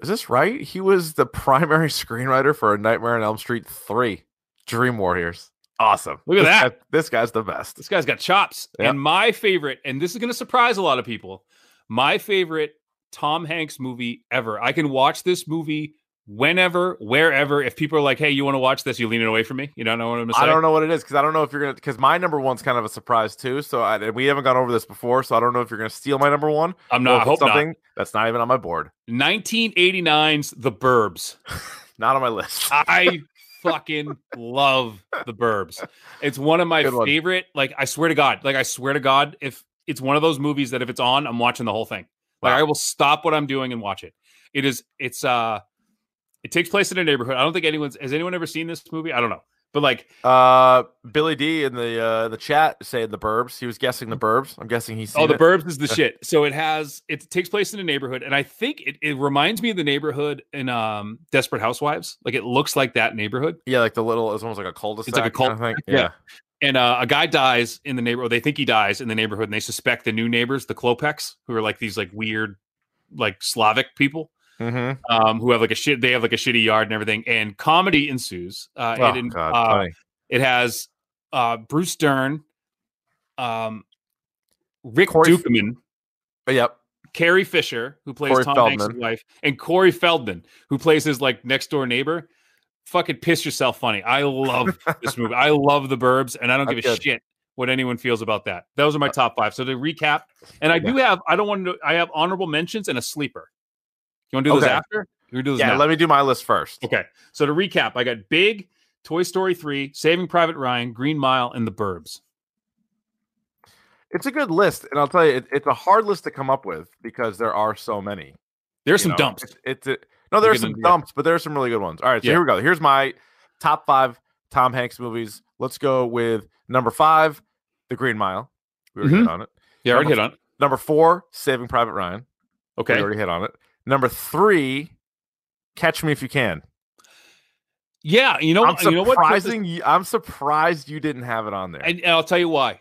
S4: is this right? He was the primary screenwriter for A Nightmare on Elm Street three. Dream Warriors. Awesome.
S5: Look at
S4: This
S5: that.
S4: guy- this guy's the best.
S5: this guy's got chops
S4: Yeah.
S5: and my favorite and this is going to surprise a lot of people my favorite tom hanks movie ever i can watch this movie whenever wherever if people are like hey you want to watch this you leaning away from me you don't know what i'm going to say
S4: I don't know what it is because I don't know if you're gonna because my number one's kind of a surprise too. So I, and we haven't gone over this before, so I don't know if you're gonna steal my number one.
S5: i'm
S4: or
S5: not
S4: if
S5: I
S4: it's
S5: hope
S4: something that's not even on my board,
S5: not 1989's the burbs
S4: not on my list.
S5: i fucking love the burbs it's one of my
S4: Good one.
S5: favorite like i swear to god like i swear to god if it's one of those movies that if it's on i'm watching the whole thing Like
S4: Wow.
S5: I will stop what I'm doing and watch it. It is it's uh it takes place in a neighborhood. I don't think anyone's has anyone ever seen this movie? I don't know. But like
S4: Uh, Billy D in the uh, the chat saying the Burbs. He was guessing the Burbs. I'm guessing he's seen
S5: oh the
S4: it.
S5: burbs is the shit. So it has it takes place in a neighborhood and I think it, it reminds me of the neighborhood in um Desperate Housewives. Like it looks like that neighborhood.
S4: Yeah, like the little. It's almost like a cul-de-sac.
S5: cul-
S4: kind of thing.
S5: yeah.
S4: Yeah.
S5: And uh, a guy dies in the neighborhood. They think he dies in the neighborhood and they suspect the new neighbors, the Klopex, who are like these like weird like Slavic people.
S4: Mm-hmm.
S5: Um, who have like a shit, they have like a shitty yard and everything, and comedy ensues. Uh,
S4: Oh,
S5: it, in-
S4: God,
S5: uh,
S4: funny.
S5: It has uh, Bruce Dern, um, Rick
S4: Corey F-
S5: Dukeman,
S4: But yep.
S5: Carrie Fisher, who plays
S4: Corey
S5: Tom Hanks'
S4: Feldman.
S5: wife, and Corey Feldman, who plays his like next door neighbor. Fucking piss yourself funny. I love this movie. I love the burbs, and I don't give
S4: That's Uh
S5: a shit what anyone feels about that. Those are my top five. So to recap, and I
S4: Yeah.
S5: do have I don't want to I have honorable mentions and a sleeper. You want to do
S4: Okay.
S5: those after? You wanna do those
S4: Yeah.
S5: now?
S4: Let me do my list first.
S5: Okay. So to recap, I got Big, Toy Story 3, Saving Private Ryan, Green Mile, and The Burbs.
S4: It's a good list, and I'll tell you, it, it's a hard list to come up with because there are so many.
S5: There's
S4: you
S5: some
S4: know,
S5: dumps.
S4: It's, it's a, no, there are
S5: get
S4: some
S5: into that.
S4: dumps, but there are some really good ones. All right, so
S5: Yeah.
S4: here we go. Here's my top five Tom Hanks movies. Let's go with number five, The Green Mile. We
S5: Mm-hmm.
S4: already hit on it.
S5: Yeah, I already hit on. it.
S4: Number four, Saving Private Ryan. We
S5: Okay.
S4: already hit on it. Number three, Catch Me If You Can.
S5: Yeah, you know,
S4: I'm
S5: what? you know what? put this-
S4: surprising. you I'm surprised you didn't have it on there.
S5: and, and I'll tell you why.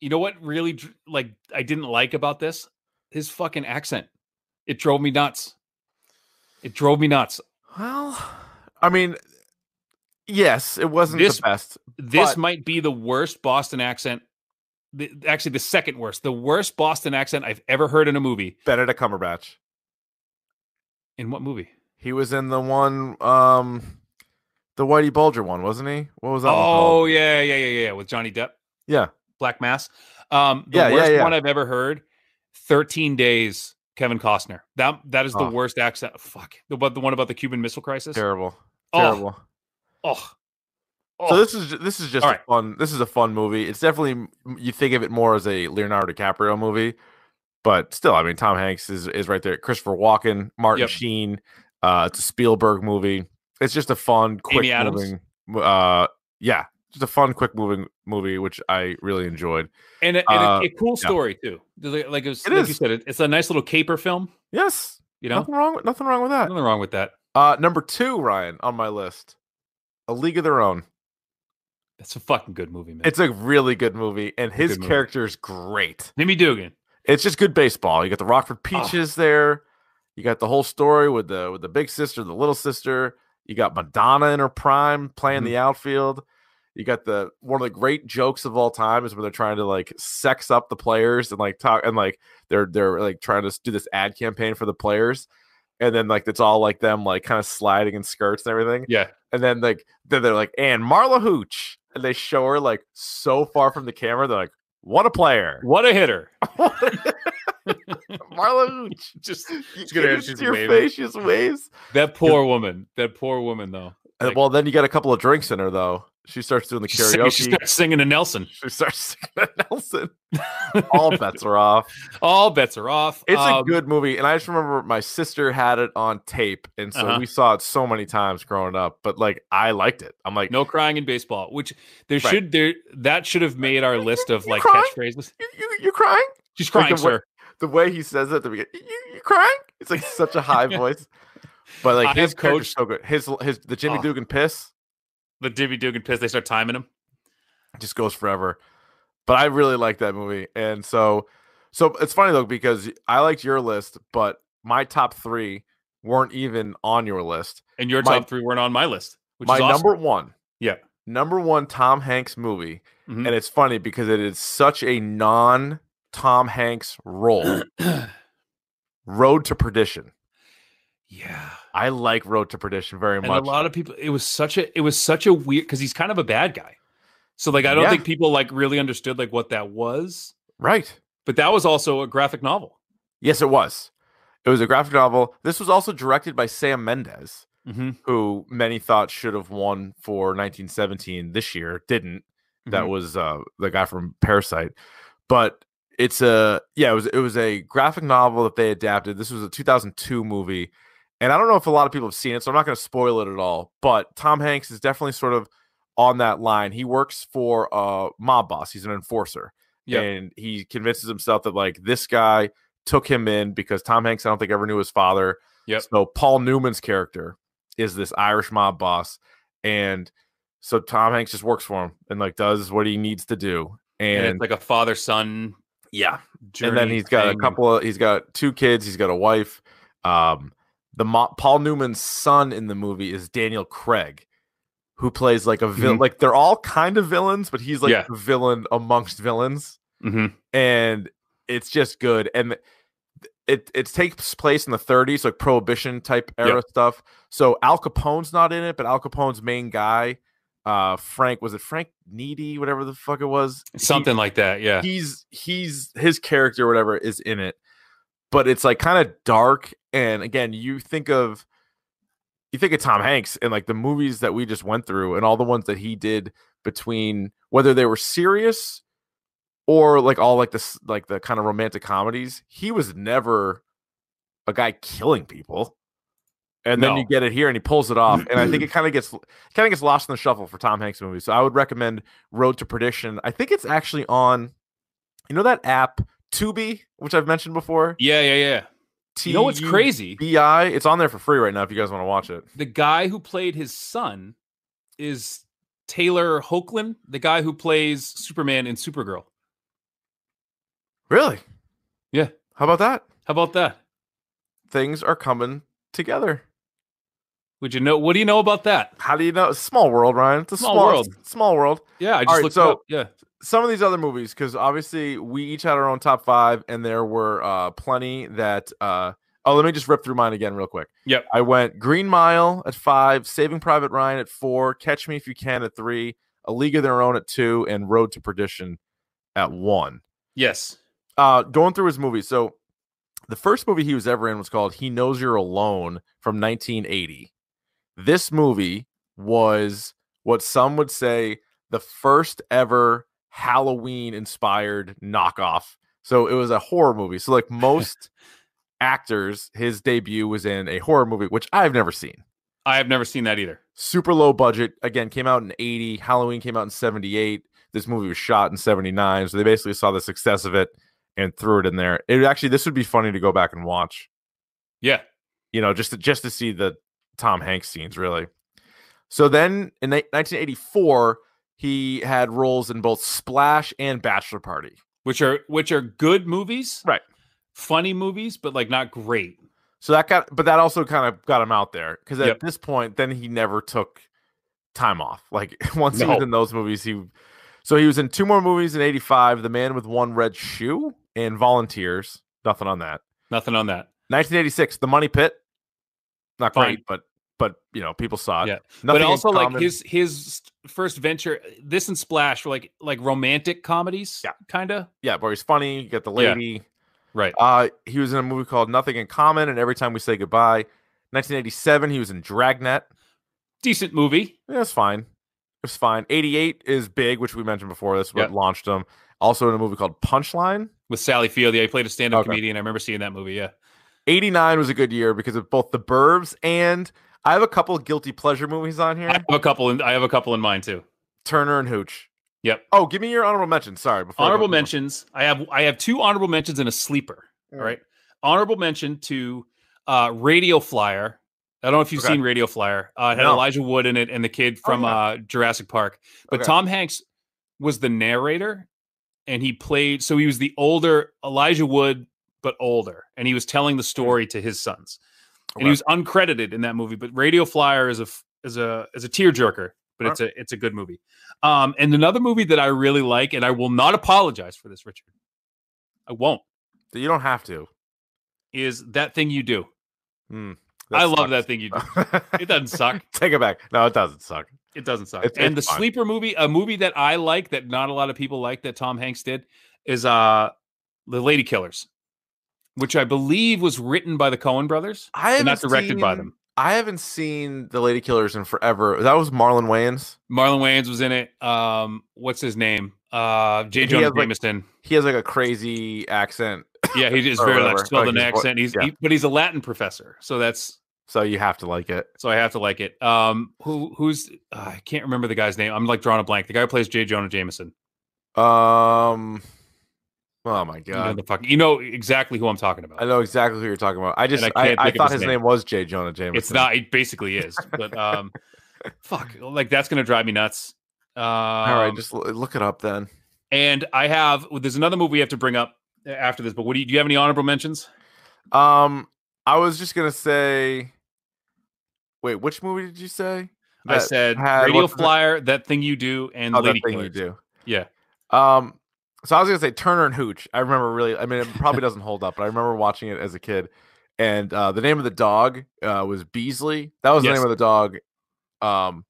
S5: You know what really dr- like I didn't like about this? His fucking accent. It drove me nuts. It drove me nuts.
S4: well, I mean, yes, it wasn't
S5: This-
S4: the best.
S5: This
S4: But-
S5: might be the worst Boston accent. the- actually, the second worst, the worst Boston accent I've ever heard in a movie.
S4: Benedict Cumberbatch.
S5: In what movie?
S4: He was in the one, um, the Whitey Bulger one, wasn't he? What was that? one called?
S5: Oh yeah, yeah, yeah, yeah. With Johnny Depp.
S4: Yeah.
S5: Black Mass. Um, the
S4: Yeah, yeah,
S5: worst
S4: yeah.
S5: one I've ever heard. Thirteen Days. Kevin Costner. That that is the
S4: Oh.
S5: worst accent. Fuck. The, about the one about the Cuban Missile Crisis.
S4: terrible,
S5: Oh.
S4: terrible.
S5: Oh.
S4: So
S5: Oh.
S4: this is ju- this is just
S5: All
S4: a
S5: right.
S4: fun. This is a fun movie. It's definitely m- you think of it more as a Leonardo DiCaprio movie, but still, I mean, Tom Hanks is is right there. Christopher Walken, Martin
S5: Yep.
S4: Sheen. Uh, it's a Spielberg movie. It's just a fun, quick
S5: Amy Adams?
S4: moving. Uh, yeah, just a fun, quick moving movie, which I really enjoyed.
S5: and, a, and a-
S4: uh,
S5: a, cool
S4: yeah.
S5: story too. Like like it was,
S4: It
S5: like you
S4: is.
S5: said, it, it's a nice little caper film.
S4: Yes,
S5: You know,
S4: nothing wrong with nothing wrong with that.
S5: nothing wrong with that.
S4: Uh, number two, Ryan, on my list, A League of Their Own.
S5: That's a fucking good movie, man.
S4: It's a really good movie, and his
S5: good movie.
S4: character is great.
S5: Jimmy Dugan.
S4: It's just good baseball. You got the Rockford Peaches there. You got the whole story with the with the big sister, the little sister. You got Madonna in her prime playing the outfield. You got the one of the great jokes of all time is when they're trying to like sex up the players and like talk and like they're they're like trying to do this ad campaign for the players. And then like it's all like them like kind of sliding in skirts and everything.
S5: Yeah.
S4: And then like then they're like, and Marla Hooch. And they show her like so far from the camera, they're like, what a player.
S5: What a hitter.
S4: Marla Hooch.
S5: Just
S4: You
S5: good
S4: can't
S5: at it,
S4: even
S5: she's
S4: see her
S5: waving.
S4: face, she just waves.
S5: that poor woman. That poor woman though.
S4: And,
S5: Like-
S4: well, then you got a couple of drinks in her though. She starts doing the
S5: She sang-
S4: karaoke.
S5: She starts singing to Nelson.
S4: She starts singing Nelson. All bets are off.
S5: All bets are off.
S4: It's a
S5: Um,
S4: good movie, and I just remember my sister had it on tape, and so
S5: Uh-huh.
S4: we saw it so many times growing up. But like, I liked it. I'm like,
S5: no crying in baseball, which there
S4: Right.
S5: should there that should have made our list of
S4: You
S5: like
S4: crying?
S5: catchphrases.
S4: you, you, you're crying.
S5: She's
S4: Like
S5: crying,
S4: the way-
S5: sir.
S4: The way he says it at the beginning, you, you crying. It's like such a high voice. But
S5: I
S4: like
S5: have
S4: his coach
S5: coached-
S4: so good. His his the Jimmy
S5: Oh.
S4: Dugan piss
S5: The Jimmy Dugan piss. They start timing him.
S4: just goes forever. But I really like that movie, and so so it's funny though because I liked your list, but my top three weren't even on your list.
S5: And your
S4: My-
S5: top three weren't on my list. Which
S4: my
S5: is awesome.
S4: number one,
S5: Yeah.
S4: number one Tom Hanks movie,
S5: Mhm.
S4: and it's funny because it is such a non Tom Hanks role. Road to Perdition.
S5: yeah.
S4: I like Road to Perdition very
S5: And
S4: much.
S5: a lot of people it was such a it was such a weird because he's kind of a bad guy. So like I don't
S4: Yeah.
S5: think people like really understood like what that was.
S4: right?
S5: But that was also a graphic novel.
S4: Yes, it was. It was a graphic novel. This was also directed by Sam Mendes.
S5: Mm-hmm.
S4: who many thought should have won for 1917 this year didn't that
S5: Mhm.
S4: was uh the guy from parasite but it's a yeah it was it was a graphic novel that they adapted this was a 2002 movie and i don't know if a lot of people have seen it so i'm not going to spoil it at all but tom hanks is definitely sort of on that line he works for a mob boss he's an enforcer
S5: Yeah.
S4: and he convinces himself that like this guy took him in because tom hanks i don't think ever knew his father
S5: Yep.
S4: so paul newman's character is this Irish mob boss, and so Tom Hanks just works for him and like does what he needs to do,
S5: And,
S4: and,
S5: it's like a father son
S4: yeah,
S5: journey.
S4: and then he's got a
S5: thing.
S4: couple of he's got two kids, he's got a wife. Um, the mo- Paul Newman's son in the movie is Daniel Craig, who plays like a villain.
S5: Mhm.
S4: Like they're all kind of villains, but he's like
S5: Yeah.
S4: the villain amongst villains
S5: Mhm.
S4: and it's just good and th- it it takes place in the 30s like prohibition type
S5: Yep.
S4: era stuff so al capone's not in it but al capone's main guy uh frank was it frank needy whatever the fuck it was He-
S5: something like that. Yeah.
S4: he's he's his character or whatever is in it but it's like kind of dark and again you think of you think of tom hanks and like the movies that we just went through and all the ones that he did between whether they were serious or like all like this like the kind of romantic comedies he was never a guy killing people and then
S5: No.
S4: you get it here and he pulls it off and i think it kind of gets kind of gets lost in the shuffle for tom hanks movies so i would recommend road to perdition i think it's actually on you know that app tubi which i've mentioned before
S5: yeah, yeah, yeah. You know what's
S4: T U
S5: crazy?
S4: bi it's on there for free right now if you guys want to watch it
S5: The guy who played his son is Taylor Hoechlin, the guy who plays Superman in Supergirl.
S4: really
S5: Yeah.
S4: how about that
S5: How about that?
S4: things are coming together
S5: Would you know? What do you know about that?
S4: how do you know? It's a small world, Ryan. It's a
S5: Small
S4: small,
S5: world.
S4: world. Small world.
S5: Yeah, I just
S4: right,
S5: looked
S4: so-
S5: up. Yeah,
S4: Some of these other movies, because obviously we each had our own top five, and there were uh, plenty that. Uh, oh, let me just rip through mine again real quick.
S5: Yep.
S4: I went Green Mile at five, Saving Private Ryan at four, Catch Me If You Can at three, A League of Their Own at two, and Road to Perdition at one.
S5: yes.
S4: Uh, going through his movies, so the first movie he was ever in was called He Knows You're Alone from 1980. This movie was what some would say the first ever Halloween inspired knockoff. So it was a horror movie. So, like most actors, his debut was in a horror movie, which I've never seen.
S5: I have never seen that either.
S4: Super low budget. Again, came out in 80. Halloween came out in 78. This movie was shot in 79. So they basically saw the success of it and threw it in there. It actually, this would be funny to go back and watch
S5: Yeah,
S4: you know, just to, just to see the Tom Hanks scenes, really. So then in ni- 1984, he had roles in both Splash and Bachelor Party.
S5: which are which are good movies,
S4: Right.
S5: Funny movies, but like not great.
S4: So that got, but that also kind of got him out there because at
S5: Yep.
S4: this point, then he never took time off. Like once he was
S5: No.
S4: in those movies, he so he was in two more movies in '85, The Man with One Red Shoe and Volunteers. Nothing on that.
S5: Nothing on that.
S4: 1986, The Money Pit. Not
S5: Fine.
S4: great, but but you know people saw it.
S5: Yeah.
S4: Nothing in
S5: but also like
S4: common.
S5: his his first venture, this and Splash were like like romantic comedies.
S4: Yeah.
S5: kind of.
S4: yeah, where he's funny. You got the
S5: Yeah.
S4: lady.
S5: Right.
S4: Uh, he was in a movie called Nothing in Common and Every Time We Say Goodbye. 1987, he was in Dragnet.
S5: Decent movie.
S4: Yeah, it's fine. It's fine. 88 is big, which we mentioned before. That's what
S5: Yeah.
S4: launched him. Also in a movie called Punchline.
S5: with Sally Field. Yeah, he played a stand-up
S4: Okay.
S5: comedian. I remember seeing that movie. Yeah,
S4: 89 was a good year because of both the Burbs and I have a couple of guilty pleasure movies on
S5: I
S4: here.
S5: have a couple. In, I have a couple in mind too.
S4: Turner and Hooch.
S5: Yep.
S4: Oh, give me your honorable mention. Sorry. Before I go
S5: Honorable
S4: through them.
S5: mentions. I have. I have two honorable mentions and a sleeper. All right. Honorable mention to uh, Radio Flyer. I don't know if you've
S4: Okay.
S5: seen Radio Flyer. Uh, it had
S4: No.
S5: Elijah Wood in it and the kid from
S4: Oh, yeah.
S5: uh, Jurassic Park. But
S4: Okay.
S5: Tom Hanks was the narrator, and he played. So he was the older Elijah Wood, but older, and he was telling the story to his sons. and
S4: Hmm. Okay.
S5: he was uncredited in that movie. But Radio Flyer is a f- is a is a tearjerker, but it's a it's a good movie. Um, and another movie that I really like, and I will not apologize for this, Richard. I won't.
S4: You don't have to.
S5: Is that thing you do?
S4: Hmm,
S5: I love that thing you do.
S4: that.
S5: It doesn't suck.
S4: Take it back. No, it doesn't suck.
S5: It doesn't suck.
S4: It's-
S5: and
S4: it's
S5: the
S4: fine.
S5: sleeper movie, a movie that I like that not a lot of people like that Tom Hanks did, is uh the Lady Killers, which I believe was written by the Cohen brothers.
S4: I
S5: and
S4: haven't
S5: not directed by
S4: seen-
S5: them.
S4: I haven't seen the Lady Killers in forever. That was Marlon Wayans.
S5: Marlon Wayans was in it. Um, what's his name? Uh, J.
S4: He
S5: Jonah
S4: has, like-
S5: Jameson.
S4: He has like a crazy accent,
S5: Yeah, he is
S4: or
S5: very like
S4: whatever,
S5: southern
S4: like his vo-
S5: accent. He's
S4: yeah.
S5: he, but he's a Latin professor, so that's
S4: so you have to like it.
S5: so I have to like it. Um, who who's uh, I can't remember the guy's name. I'm like drawing a blank. The guy who plays J. Jonah Jameson.
S4: Um. Oh my
S5: You know
S4: god,
S5: the fuck. You know exactly who I'm talking
S4: I
S5: about.
S4: know exactly who you're talking about. I just
S5: I
S4: I,
S5: can't
S4: I
S5: think of
S4: thought his
S5: his name.
S4: name was J. Jonah Jameson.
S5: It's not. It basically is. But um, fuck, like that's gonna drive me nuts. Um,
S4: All right, just l- look it up then.
S5: and I have. There's another movie we have to bring up after this. But what do you do? You have any honorable mentions?
S4: Um, I was just gonna say. Wait, which movie did you say?
S5: I
S4: That
S5: said
S4: Uh, had-
S5: Radio
S4: what's the-
S5: Flyer, that thing you do, and
S4: Oh,
S5: Lady
S4: that thing you
S5: Killers.
S4: do.
S5: Yeah.
S4: Um, so I was gonna say Turner and Hooch. I remember really. I mean, it probably doesn't hold up, but I remember watching it as a kid. And uh, the name of the dog uh, was Beasley. That was the
S5: Yes.
S4: name of the dog. Um,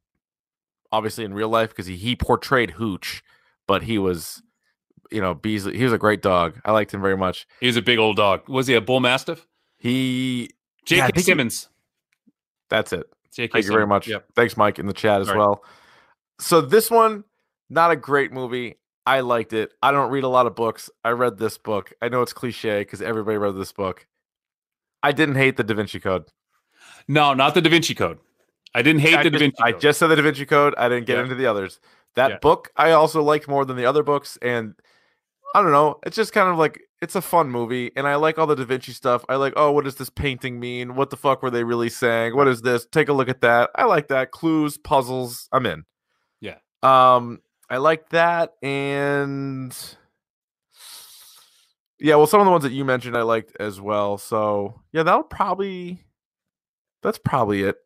S4: obviously in real life because he, he portrayed Hooch, but he was, you know, Beasley. He was a great dog. I liked him very much.
S5: He was a big old dog. Was he a bull mastiff?
S4: He. Yeah, I
S5: J.K.
S4: think he-
S5: Simmons.
S4: That's it.
S5: J.K.
S4: Thank you very
S5: Simmons.
S4: much.
S5: Yep.
S4: Thanks, Mike, in the chat as
S5: All right.
S4: well. So this one, not a great movie. I liked it. I don't read a lot of books. I read this book. I know it's cliche because everybody read this book. I didn't hate the Da Vinci Code.
S5: No, not the Da Vinci Code. I didn't hate
S4: I
S5: the Da
S4: just,
S5: Vinci
S4: I
S5: Code.
S4: just said the Da Vinci Code. I didn't get
S5: Yeah.
S4: into the others. That
S5: Yeah.
S4: book I also liked more than the other books, and I don't know. It's just kind of like it's a fun movie, and I like all the Da Vinci stuff. I like, oh, what does this painting mean? What the fuck were they really saying? What is this? Take a look at that. I like that. Clues, puzzles. I'm in.
S5: Yeah.
S4: Um, I like that, and yeah, well, some of the ones that you mentioned I liked as well. So yeah, that'll probably that's probably it.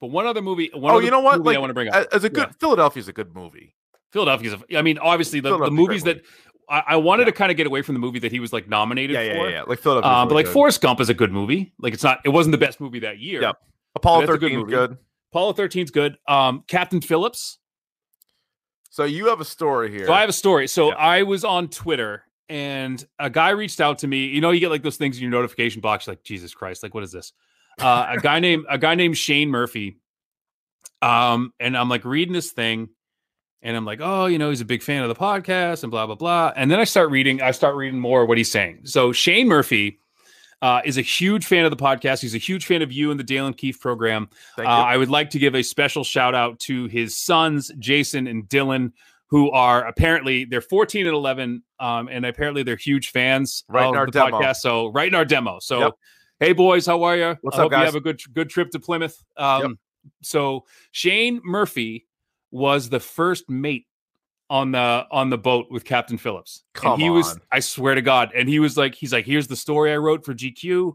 S5: but one other movie. one
S4: Oh,
S5: other
S4: you know what?
S5: movie I
S4: Like, uh,
S5: want to bring up.
S4: A- As a good Philadelphia's a good movie.
S5: Philadelphia's. A, I mean, obviously the, the
S4: Philadelphia's a great
S5: movies
S4: movie.
S5: that I, I wanted
S4: Yeah.
S5: to kind of get away from the movie that he was like nominated
S4: Yeah, yeah,
S5: for.
S4: yeah, yeah. Like Philadelphia.
S5: Um, but like Forrest Gump is a good movie. Like it's not. It wasn't the best movie that year.
S4: Yep. Apollo
S5: that's a good
S4: 13 's
S5: movie.
S4: good.
S5: Apollo 13's good. Um, Captain Phillips.
S4: So you have a story here.
S5: So I have a story. So
S4: Yeah.
S5: I was on Twitter and a guy reached out to me. You know, you get like those things in your notification box. You're like, Jesus Christ, like what is this? Uh, a guy named a guy named Shane Murphy. Um, and I'm like reading this thing, and I'm like, oh, you know, he's a big fan of the podcast and blah blah blah. And then I start reading. I start reading more of what he's saying. So Shane Murphy. Uh, is a huge fan of the podcast. He's a huge fan of you and the Dale and Keefe program.
S4: Thank
S5: Uh,
S4: you.
S5: I would like to give a special shout out to his sons, Jason and Dylan, who are apparently they're 14 and 11, um, and apparently they're huge fans
S4: Right in
S5: of
S4: our
S5: the
S4: demo.
S5: podcast. So right in our demo. So
S4: Yep.
S5: hey boys, how are you?
S4: What's
S5: I
S4: up,
S5: hope you
S4: guys?
S5: have a good good trip to Plymouth. Um, So Shane Murphy was the first mate on the on the boat with Captain Phillips.
S4: Come
S5: and he was
S4: on.
S5: I swear to God, and he was like he's like here's the story I wrote for GQ.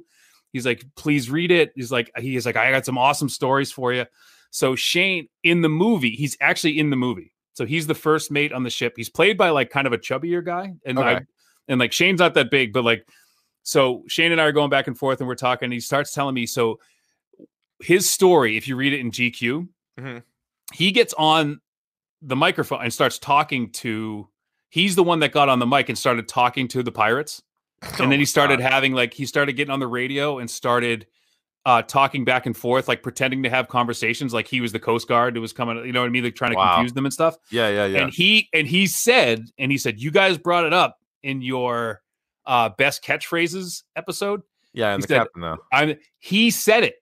S5: He's like, please read it. He's like, he is like, I got some awesome stories for you. So Shane in the movie, he's actually in the movie. So he's the first mate on the ship. He's played by like kind of a chubbier guy, and
S4: Okay.
S5: I, and like Shane's not that big, but like, so Shane and I are going back and forth, and we're talking. And he starts telling me so his story. If you read it in GQ,
S4: Mhm.
S5: he gets on the microphone and starts talking to. He's the one that got on the mic and started talking to the pirates
S4: Oh
S5: and then he started having like he started getting on the radio and started uh talking back and forth like pretending to have conversations like he was the coast guard who was coming you know what i mean like trying to
S4: Wow.
S5: confuse them and stuff
S4: yeah, yeah, yeah.
S5: and he and he said and he said you guys brought it up in your uh best catchphrases episode
S4: yeah,
S5: he
S4: and the
S5: said-
S4: captain though.
S5: i'm he said it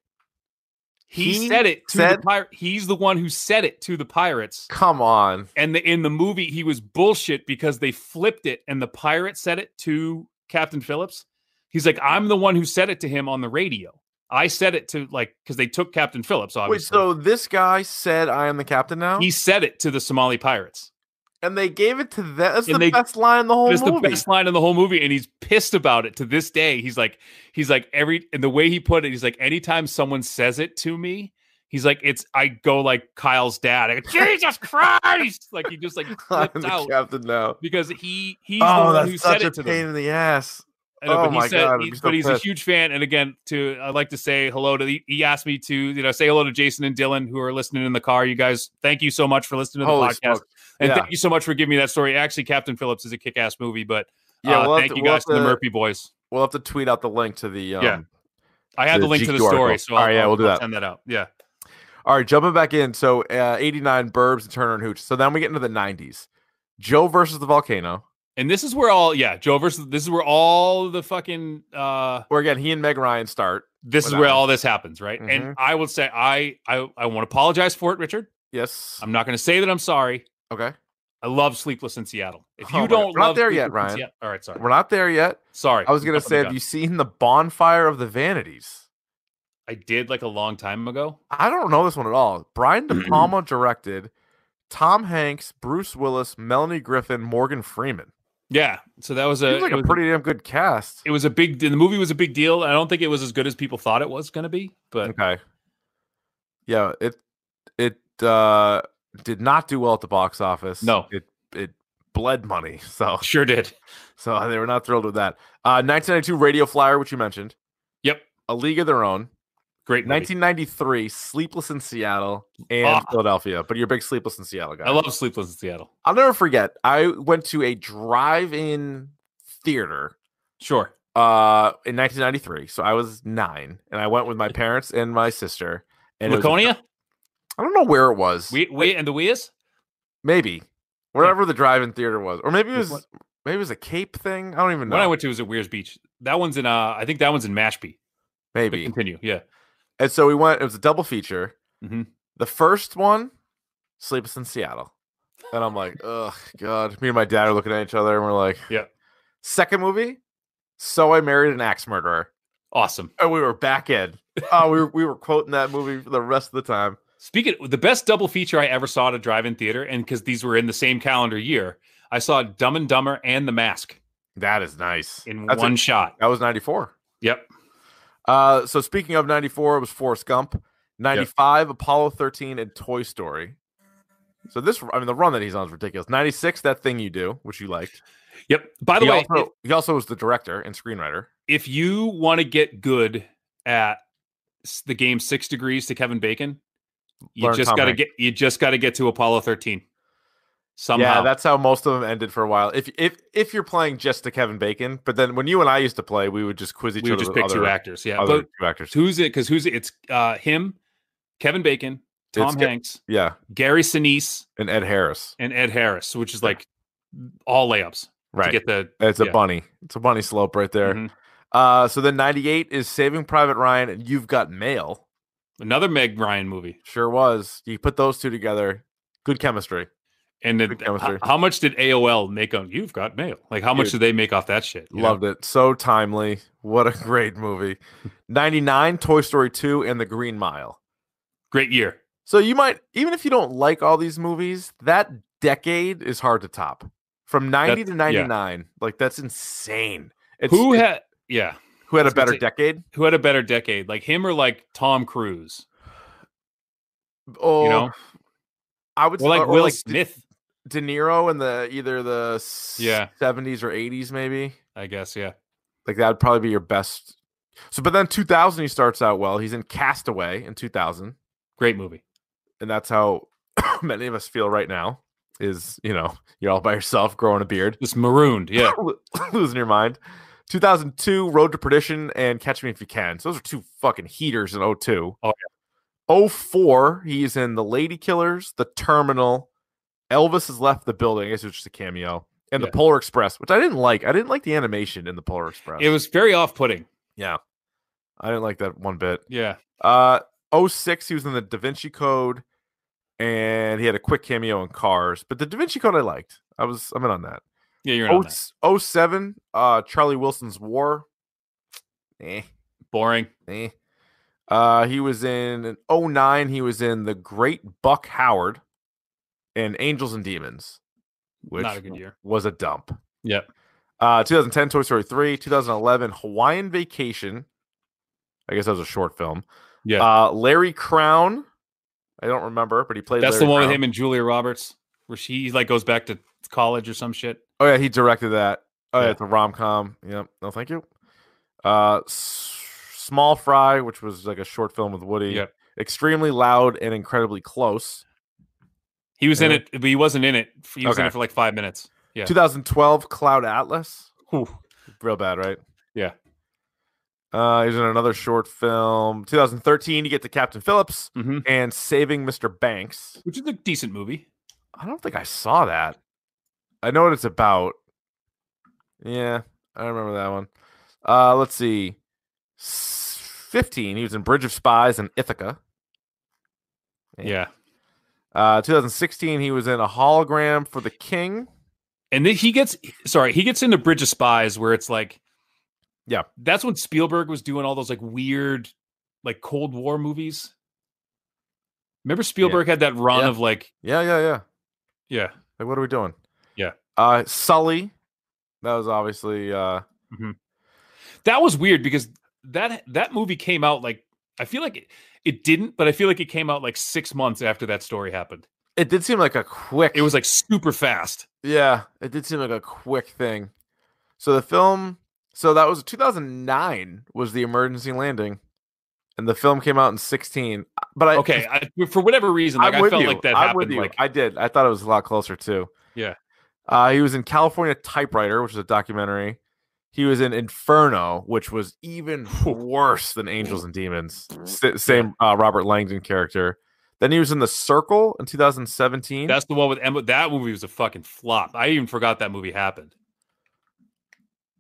S5: he,
S4: He
S5: said it to
S4: said-
S5: the pirate he's the one who said it to the pirates
S4: Come on.
S5: and the, in the movie he was bullshit because they flipped it and the pirate said it to captain phillips he's like i'm the one who said it to him on the radio i said it to like because they took captain phillips
S4: Wait,
S5: obviously
S4: so this guy said I am the captain now?
S5: he said it to the somali pirates
S4: and they gave it to them. That's
S5: And
S4: the
S5: they-
S4: best line in the whole
S5: it's the
S4: movie.
S5: best line in the whole movie and he's pissed about it to this day he's like he's like every and the way he put it he's like anytime someone says it to me he's like it's i go like kyle's dad I go, jesus christ like he just like
S4: I'm
S5: flipped
S4: the
S5: out
S4: captain now.
S5: because he he's the
S4: oh,
S5: one
S4: that's
S5: who said
S4: such a
S5: it to them
S4: pain in the ass.
S5: I know,
S4: Oh
S5: but he
S4: my
S5: said,
S4: God, I'd
S5: he-
S4: be so
S5: but he's
S4: pissed.
S5: a huge fan. And again, to I'd like to say hello to. the- He asked me to, you know, say hello to Jason and Dylan who are listening in the car. You guys, thank you so much for listening to the
S4: Holy
S5: podcast,
S4: smoke.
S5: and
S4: Yeah.
S5: thank you so much for giving me that story. Actually, Captain Phillips is a kick-ass movie, but
S4: Yeah,
S5: uh,
S4: we'll have
S5: thank
S4: to-
S5: you
S4: we'll
S5: guys
S4: have
S5: to the
S4: to-
S5: Murphy Boys.
S4: We'll have to tweet out the link to the. Um,
S5: Yeah. I
S4: the
S5: had the, link to the
S4: GQ
S5: story,
S4: article.
S5: so I'll,
S4: All right, yeah,
S5: I'll-
S4: we'll do
S5: I'll
S4: that.
S5: Send that out. Yeah,
S4: All right, jumping back in. So uh, 89, Burbs, and Turner and Hooch. So then we get into the 90s. Joe versus the volcano.
S5: and this is where all yeah Joe versus this is where all the fucking uh
S4: Where again, he and Meg Ryan start.
S5: this is
S4: Without
S5: where
S4: him.
S5: all this happens, right?
S4: Mhm.
S5: And I will say I I I want to apologize for it, Richard.
S4: Yes.
S5: I'm not going to say that I'm sorry.
S4: okay.
S5: I love Sleepless in Seattle. If
S4: Oh
S5: you
S4: my God.
S5: don't
S4: We're not
S5: love
S4: there yet,
S5: Sleepless in
S4: Ryan.
S5: Seattle- all right, sorry,
S4: We're not there yet.
S5: sorry.
S4: I was going to
S5: Jumping the
S4: say, have
S5: gun.
S4: you seen the bonfire of the vanities?
S5: I did like a long time ago.
S4: I don't know this one at all. Brian De Palma directed Tom Hanks, Bruce Willis, Melanie Griffin, Morgan Freeman.
S5: Yeah, so that was a
S4: Seems like
S5: it,
S4: a
S5: was,
S4: pretty damn good cast.
S5: it was a big. The movie was a big deal. I don't think it was as good as people thought it was going to be, but
S4: Okay. Yeah, it it uh did not do well at the box office.
S5: No.
S4: It it bled money. So
S5: sure did.
S4: so they were not thrilled with that. Uh 1992 Radio Flyer, which you mentioned.
S5: Yep.
S4: A League of Their Own.
S5: Great movie.
S4: 1993 Sleepless in Seattle and
S5: Ah.
S4: Philadelphia. But you're a big Sleepless in Seattle guy.
S5: I love Sleepless in Seattle.
S4: I'll never forget. I went to a drive-in theater
S5: Sure.
S4: uh in 1993. So I was 9 and I went with my parents and my sister and it was a
S5: Laconia,
S4: I don't know where it was.
S5: we we and the we is
S4: maybe wherever the drive-in theater was, or maybe it
S5: With
S4: was maybe it was a Cape thing. I don't even know.
S5: when I went to was at Weir's Beach. That one's in uh I think that one's in Mashpee. But
S4: maybe.
S5: continue. Yeah.
S4: And so we went. It was a double feature.
S5: Mhm.
S4: The first one, Sleepless in Seattle, and I'm like, oh god. Me and my dad are looking at each other, and we're like,
S5: Yeah.
S4: Second movie, So I Married an Axe Murderer,
S5: Awesome.
S4: and we were back in. Oh, we were, we were quoting that movie for the rest of the time.
S5: Speaking the best double feature I ever saw at a drive-in theater, and because these were in the same calendar year, I saw Dumb and Dumber and The Mask
S4: That is nice.
S5: in
S4: That's a-
S5: one shot.
S4: that was '94.
S5: Yep.
S4: Uh, so speaking of '94, it was Forrest Gump. '95, Apollo 13, and Toy Story. So this, I mean, the run that he's on is ridiculous. '96, that thing you do, which you liked.
S5: Yep. By the
S4: he
S5: way, if-
S4: also, he also was the director and screenwriter.
S5: if, you want to get good at s- the game Six Degrees to Kevin Bacon, you
S4: Learn
S5: just
S4: Tom
S5: got to
S4: Hanks.
S5: get you just got to get to Apollo 13 somehow.
S4: Yeah, that's how most of them ended for a while. If if if you're playing just to Kevin Bacon, but then when you and I used to play, we would just quiz each
S5: we would
S4: other.
S5: just
S4: with
S5: pick
S4: other,
S5: two actors. Yeah.
S4: other
S5: But
S4: two actors.
S5: who's it? Because who's it? It's uh, him, Kevin Bacon, Tom
S4: Ke-
S5: Hanks,
S4: Yeah,
S5: Gary Sinise,
S4: and Ed Harris.
S5: and Ed Harris, which is
S4: Yeah.
S5: like all layups
S4: Right,
S5: to get the
S4: it's a
S5: yeah.
S4: bunny. It's a bunny slope right there.
S5: Mhm.
S4: Uh, so then '98 is Saving Private Ryan, and You've Got Mail.
S5: another Meg Ryan movie.
S4: Sure was. You put those two together. Good chemistry.
S5: And then
S4: Good chemistry.
S5: h- how much did AOL make on You've Got Mail? Like how much
S4: Dude.
S5: did they make off that shit? you know?
S4: Loved it. So timely. What a great movie. 99, Toy Story 2, and The Green Mile.
S5: Great year.
S4: So you might, even if you don't like all these movies, that decade is hard to top. From 90 to
S5: That's- yeah.
S4: 99. Like, that's insane. It's,
S5: Who
S4: it's-
S5: had yeah.
S4: Who had a
S5: I was gonna
S4: better
S5: say-
S4: decade?
S5: Who had a better decade, like him or like Tom Cruise?
S4: Oh,
S5: You know,
S4: I would
S5: or like
S4: or
S5: Will
S4: like De,
S5: Smith,
S4: De Niro in the either the s-
S5: Yeah.
S4: 70s or 80s, maybe.
S5: I guess. Yeah,
S4: Like that would probably be your best. So, but then 2000, he starts out well. He's in Castaway in 2000,
S5: great movie.
S4: and that's how many of us feel right now. Is you know you're all by yourself, growing a beard,
S5: Just marooned. Yeah,
S4: losing your mind. 2002, Road to Perdition and Catch Me If You Can. So those are two fucking heaters in 02.
S5: Oh,
S4: 04, he's in The Lady Killers, The Terminal. Elvis has left the building. I guess it was just a cameo. And
S5: Yeah.
S4: The Polar Express, which I didn't like. I didn't like the animation in The Polar Express.
S5: it was very off-putting.
S4: yeah. I didn't like that one bit.
S5: Yeah,
S4: Uh 06, he was in The Da Vinci Code and he had a quick cameo in Cars. But The Da Vinci Code I liked. I was I'm in on that.
S5: yeah, you're not
S4: Oh, 07, uh, Charlie Wilson's War. Eh,
S5: boring.
S4: eh. Uh, he was in 09, he was in The Great Buck Howard and Angels and Demons, which
S5: Not a good year.
S4: was a dump.
S5: Yep.
S4: Uh, 2010, Toy Story 3, 2011, Hawaiian Vacation. I guess that was a short film.
S5: Yeah,
S4: Uh, Larry Crown. I don't remember, but he played
S5: that's the
S4: Larry
S5: one with
S4: Crown.
S5: him and Julia Roberts, where she like goes back to college or some shit.
S4: Oh yeah, he directed that. Oh yeah,
S5: Yeah.
S4: it's a rom com. Yep. No, thank you. Uh, S- Small Fry, which was like a short film with Woody.
S5: Yep.
S4: Extremely loud and incredibly close.
S5: He was in
S4: Yeah.
S5: it, but he wasn't in it. He was in
S4: Okay.
S5: it for like five minutes. Yeah.
S4: 2012 Cloud Atlas.
S5: Whew.
S4: Real bad, right?
S5: Yeah.
S4: Uh, he was in another short film. 2013, you get to Captain Phillips
S5: Mhm.
S4: and Saving Mr. Banks.
S5: Which is a decent movie.
S4: I don't think I saw that. I know what it's about. Yeah, I remember that one. Uh, let's see. S- 15, he was in Bridge of Spies and Ithaca. Yeah.
S5: Yeah.
S4: Uh, 2016, he was in A Hologram for the King.
S5: And then he gets sorry, he gets into Bridge of Spies where it's like
S4: Yeah.
S5: That's when Spielberg was doing all those like weird like Cold War movies. Remember Spielberg had that run
S4: Yeah.
S5: of like
S4: Yeah, yeah, yeah.
S5: yeah.
S4: Like, what are we doing?
S5: Yeah.
S4: Uh, Sully. That was obviously. Uh,
S5: That was weird because that that movie came out like I feel like it, it didn't, but I feel like it came out like 6 months after that story happened.
S4: it did seem like a quick.
S5: It was like super fast.
S4: Yeah, it did seem like a quick thing. So the film, so that was 2009 was the emergency landing, and the film came out in 16. Uh, But I
S5: Okay, I, for whatever reason like
S4: I'm
S5: i
S4: with
S5: felt
S4: you.
S5: like that
S4: I'm with
S5: happened
S4: you.
S5: like
S4: I did. I thought it was a lot closer too.
S5: Yeah.
S4: Uh, he was in California Typewriter, which is a documentary. He was in Inferno, which was even worse than Angels and Demons. S- same uh, Robert Langdon character. Then he was in The Circle in 2017.
S5: That's the one with Emma. That movie was a fucking flop. I even forgot that movie happened.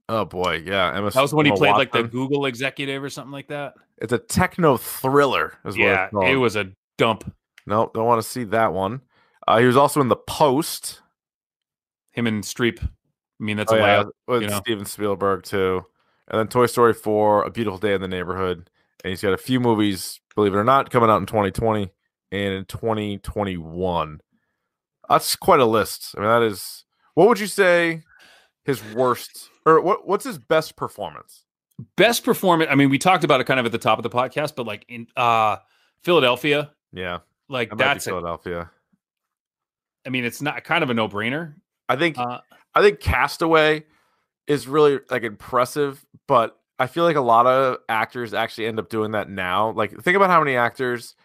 S4: oh boy, yeah. Emma,
S5: That was when he
S4: Emma
S5: played like the
S4: Watson.
S5: Google executive or something like that.
S4: It's a techno thriller. Is
S5: Yeah,
S4: what it's
S5: it
S4: called.
S5: was a dump.
S4: Nope, don't want to see that one. Uh, he was also in the Post.
S5: Him and Streep. I mean, that's
S4: Oh,
S5: a
S4: yeah,
S5: layout.
S4: with
S5: you know.
S4: Steven Spielberg too, and then Toy Story Four, A Beautiful Day in the Neighborhood, and he's got a few movies, believe it or not, coming out in 2020 and in 2021. That's quite a list. I mean, that is. What would you say his worst, or what? What's his best performance?
S5: best performance. I mean, we talked about it kind of at the top of the podcast, but like in uh Philadelphia,
S4: Yeah,
S5: like
S4: that might be
S5: that's. A,
S4: Philadelphia.
S5: I mean, it's not kind of a no brainer.
S4: I think
S5: Uh,
S4: I think Castaway is really like impressive, but I feel like a lot of actors actually end up doing that now. Like, think about how many actors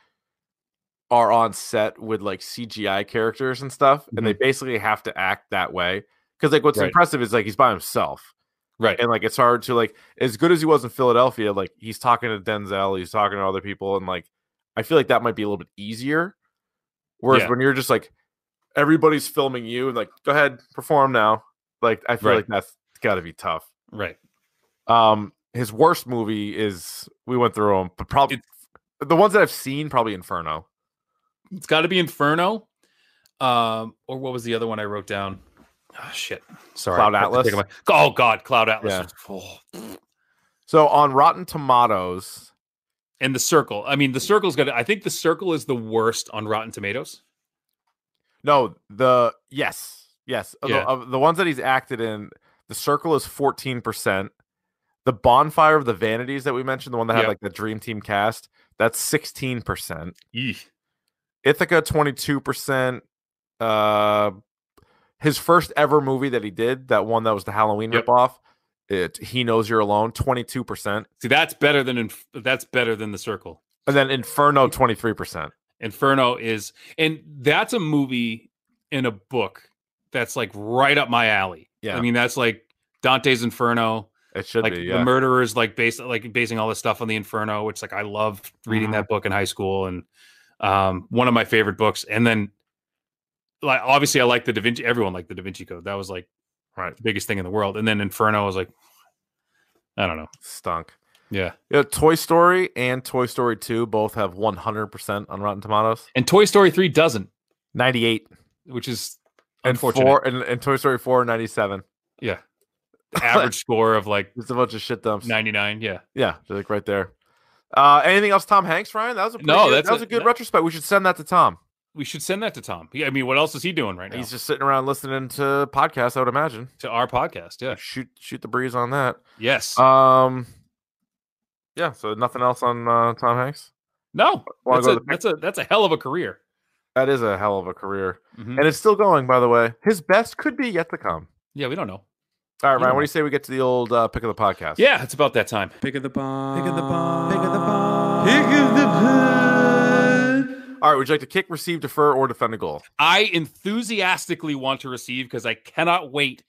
S4: are on set with like CGI characters and stuff, and they basically have to act that way. Because like, what's
S5: Mm-hmm. Right.
S4: impressive is like he's by himself,
S5: right.
S4: and like it's hard to like as good as he was in Philadelphia. Like he's talking to Denzel, he's talking to other people, and like I feel like that might be a little bit easier. Whereas
S5: Yeah.
S4: when you're just like everybody's filming you and like go ahead perform now, like I feel
S5: Right.
S4: like that's got to be tough.
S5: Right.
S4: Um, his worst movie is we went through them, but probably the ones that I've seen probably Inferno.
S5: It's got to be Inferno. Um, or what was the other one I wrote down? Oh, shit. Sorry.
S4: Cloud
S5: I have to
S4: Atlas?
S5: take my- oh, God. Cloud Atlas.
S4: Yeah.
S5: was- oh,
S4: So on Rotten Tomatoes,
S5: and the circle i mean the circle's got i think the circle is the worst on rotten tomatoes
S4: no, the yes, yes, of the-
S5: Yeah.
S4: of the ones that he's acted in, The Circle is fourteen percent. The Bonfire of the Vanities that we mentioned, the one that had
S5: Yep.
S4: like the Dream Team cast, that's 16%.
S5: Eesh.
S4: Ithaca 22%. Uh his first ever movie that he did, that one that was the Halloween
S5: Yep.
S4: ripoff, it He Knows You're Alone, 22%.
S5: See, that's better than Inf- that's better than the Circle.
S4: And then Inferno 23%.
S5: Inferno is, and that's a movie in a book that's like right up my alley.
S4: Yeah.
S5: I mean that's like Dante's Inferno.
S4: It should
S5: like
S4: be.
S5: the
S4: Yeah.
S5: murderers, like based like basing all this stuff on the Inferno, which like I loved reading
S4: Mhm.
S5: that book in high school and um one of my favorite books. And then like obviously I like the Da Vinci. Everyone liked the Da Vinci Code. That was like
S4: Right.
S5: the biggest thing in the world. And then Inferno was like, I don't know.
S4: Stunk.
S5: Yeah.
S4: Yeah, Toy Story and Toy Story 2 both have 100% on Rotten Tomatoes.
S5: And Toy Story three doesn't,
S4: 98
S5: which is
S4: and
S5: unfortunate.
S4: four and, and Toy Story 4 97.
S5: Yeah. Average score of like
S4: Just a bunch of shit dumps.
S5: ninety nine. Yeah.
S4: Yeah, they're, like right there. Uh, anything else, Tom Hanks, Ryan? That was a pretty
S5: No,
S4: good,
S5: that's
S4: that was
S5: a-
S4: a good
S5: that-
S4: retrospect. We should send that to Tom.
S5: We should send that to Tom. Yeah, I mean, what else is he doing right now?
S4: He's just sitting around listening to podcasts, I would imagine.
S5: to our podcast. Yeah.
S4: Shoot shoot the breeze on that.
S5: Yes.
S4: Um yeah, so nothing else on uh, Tom Hanks.
S5: no.
S4: wanna
S5: That's
S4: go
S5: a,
S4: to the
S5: that's a that's a hell of a career.
S4: That is a hell of a career,
S5: Mhm.
S4: and it's still going. By the way, his best could be yet to come.
S5: Yeah, we don't know.
S4: All right, Ryan,
S5: Yeah.
S4: what do you say we get to the old uh, pick of the podcast?
S5: Yeah, it's about that time.
S6: Pick of the bomb. Pick of the bomb. Pick of the bomb.
S4: All right, would you like to kick, receive, defer, or defend a goal?
S5: I enthusiastically want to receive because I cannot wait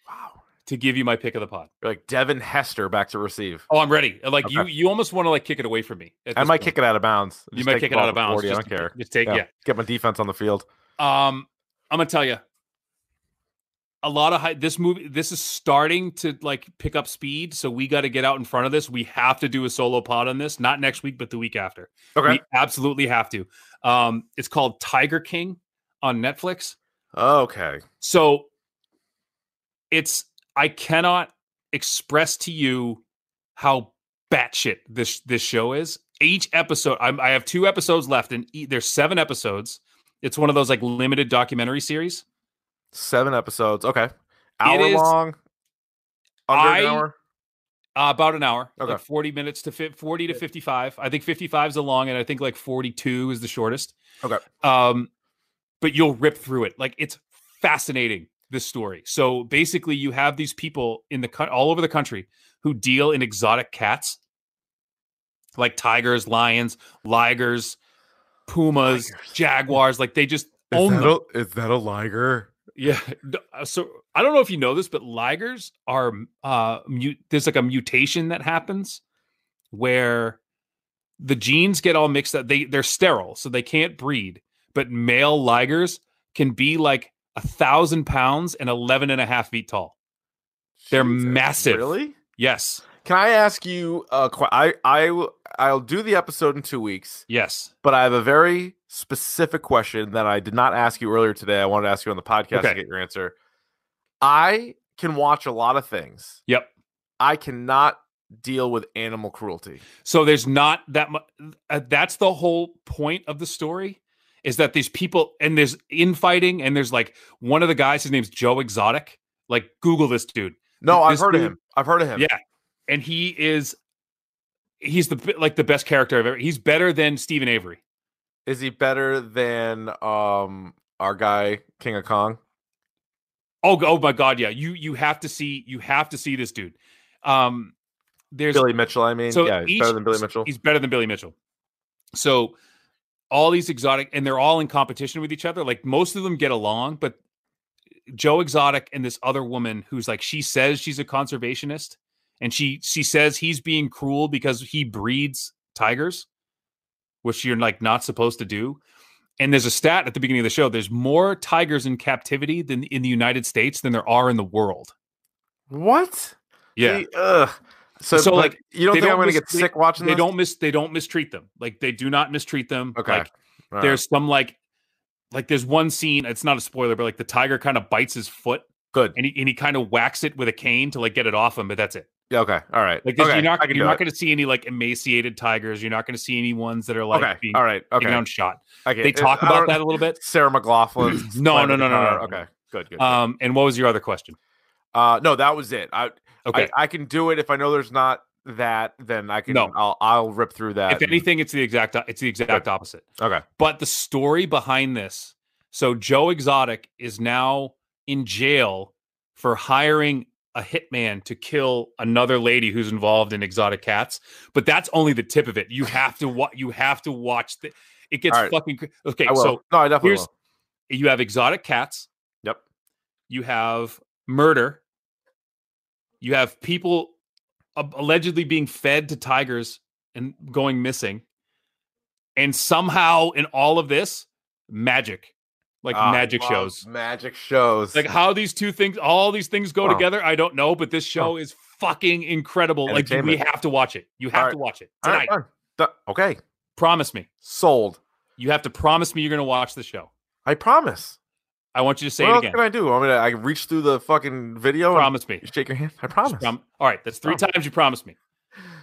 S5: to give you my pick of the pod.
S4: You're like Devin Hester back to receive.
S5: Oh, I'm ready. Like you,
S4: Okay.
S5: you almost want to like kick it away from me. at
S4: I
S5: this
S4: might
S5: point.
S4: kick it out of bounds.
S5: You
S4: Just
S5: might
S4: take
S5: kick
S4: the
S5: it
S4: ball
S5: out
S4: at
S5: of
S4: the
S5: bounds.
S4: 40, I
S5: just
S4: don't
S5: to-
S4: care.
S5: Just take yeah.
S4: yeah. Get my defense on the field.
S5: Um, I'm gonna tell you, a lot of high, this movie, this is starting to like pick up speed. So we got to get out in front of this. We have to do a solo pod on this, not next week, but the week after. We absolutely have to. Um, it's called Tiger King on Netflix.
S4: Okay.
S5: So it's I cannot express to you how batshit this this show is. Each episode, I'm, I have two episodes left, and e- there's seven episodes. It's one of those like limited documentary series.
S4: Seven episodes. Okay. Hour
S5: is-
S4: long. Under an
S5: I-
S4: hour.
S5: Uh, about an hour,
S4: Okay.
S5: like 40 minutes to fit 40 to 55. I think 55 is the long, and I think like 42 is the shortest.
S4: Okay.
S5: Um, but you'll rip through it. Like it's fascinating this story. So basically, you have these people in the coun- all over the country who deal in exotic cats, like tigers, lions, ligers, pumas,
S4: Tigers.
S5: jaguars. Like they just own them.
S4: a, is that a liger?
S5: Yeah. d- uh, So I don't know if you know this, but ligers are uh mu- there's like a mutation that happens where the genes get all mixed up. They they're sterile, so they can't breed. But male ligers can be like a thousand pounds and 11 and a half feet tall. They're massive.
S4: Really?
S5: Yes.
S4: Can I ask you? Uh, qu- I I w- I'll do the episode in two weeks,
S5: Yes.
S4: but I have a very specific question that I did not ask you earlier today. I wanted to ask you on the podcast
S5: Okay.
S4: to get your answer. I can watch a lot of things.
S5: Yep.
S4: I cannot deal with animal cruelty.
S5: So there's not that much. Uh, that's the whole point of the story is that these people and there's infighting and there's like one of the guys, his name's Joe Exotic. Like Google this dude.
S4: No, I've
S5: This
S4: heard
S5: dude-
S4: of him. I've heard of him.
S5: Yeah, and he is he's the b- like the best character I've ever. He's better than Stephen Avery.
S4: Is he better than um our guy King of Kong?
S5: Oh, g- oh my God, yeah. You you have to see you have to see this dude. Um, there's
S4: Billy Mitchell, I mean.
S5: so
S4: yeah, he's
S5: each-
S4: better than Billy Mitchell.
S5: He's better than Billy Mitchell. So all these exotic, and they're all in competition with each other. Like most of them get along, but Joe Exotic and this other woman who's like she says she's a conservationist, and she she says he's being cruel because he breeds tigers, which you're like not supposed to do. And there's a stat at the beginning of the show. There's more tigers in captivity than in the United States than there are in the world.
S4: What?
S5: Yeah,
S4: He- ugh. So,
S5: So,
S4: like,
S5: like,
S4: you don't
S5: they
S4: think I'm going to
S5: mis-
S4: get
S5: they-
S4: sick watching
S5: They
S4: this?
S5: don't miss. They don't mistreat them. Like they do not mistreat them.
S4: Okay.
S5: Like
S4: All right.
S5: there's some like like there's one scene it's not a spoiler but like the tiger kind of bites his foot
S4: good.
S5: and he, and he kind of whacks it with a cane to like get it off him but that's it
S4: Yeah, okay. All right.
S5: like this,
S4: okay.
S5: you're
S4: I
S5: not
S4: can
S5: you're
S4: do
S5: not
S4: it.
S5: going to see any like emaciated tigers you're not going to see any ones that are like
S4: okay.
S5: being
S4: All right. Okay.
S5: taken down shot
S4: okay.
S5: they
S4: It-
S5: talk
S4: I
S5: about
S4: don't-
S5: that a little bit
S4: Sarah McLaughlin.
S5: No,
S4: playing the
S5: no, no,
S4: guitar.
S5: no, no, no, Um, no.
S4: Okay. Good. Good. good.
S5: um and what was your other question
S4: uh, no, that was it. I,
S5: okay
S4: I I can do it if I know there's not that, then I can.
S5: No.
S4: I'll I'll rip through that.
S5: if anything, it's the exact it's the exact opposite.
S4: okay.
S5: But the story behind this. So Joe Exotic is now in jail for hiring a hitman to kill another lady who's involved in exotic cats, but that's only the tip of it. You have to wa- you have to watch the it gets
S4: All right.
S5: fucking cr- okay,
S4: I will.
S5: so
S4: no, I definitely
S5: here's
S4: will.
S5: you have exotic cats.
S4: Yep.
S5: You have murder. You have people a- allegedly being fed to tigers and going missing. And somehow in all of this, magic, like
S4: Ah, I
S5: magic
S4: love
S5: shows.
S4: Magic shows.
S5: Like how these two things, all these things go
S4: Wow.
S5: together, I don't know, but this show is fucking incredible. Like we
S4: Entertainment.
S5: have to watch it. You have
S4: All
S5: to watch it
S4: All right,
S5: tonight.
S4: fine. Du- okay,
S5: Promise me.
S4: sold.
S5: You have to promise me you're going to watch the show.
S4: I promise.
S5: I want you to say
S4: what
S5: it
S4: else
S5: again.
S4: can I do? I'm gonna I reach through the fucking video. and
S5: Promise me.
S4: you shake your hand. I
S5: Just
S4: promise.
S5: prom- all right, that's three
S4: Promise.
S5: times you promised me.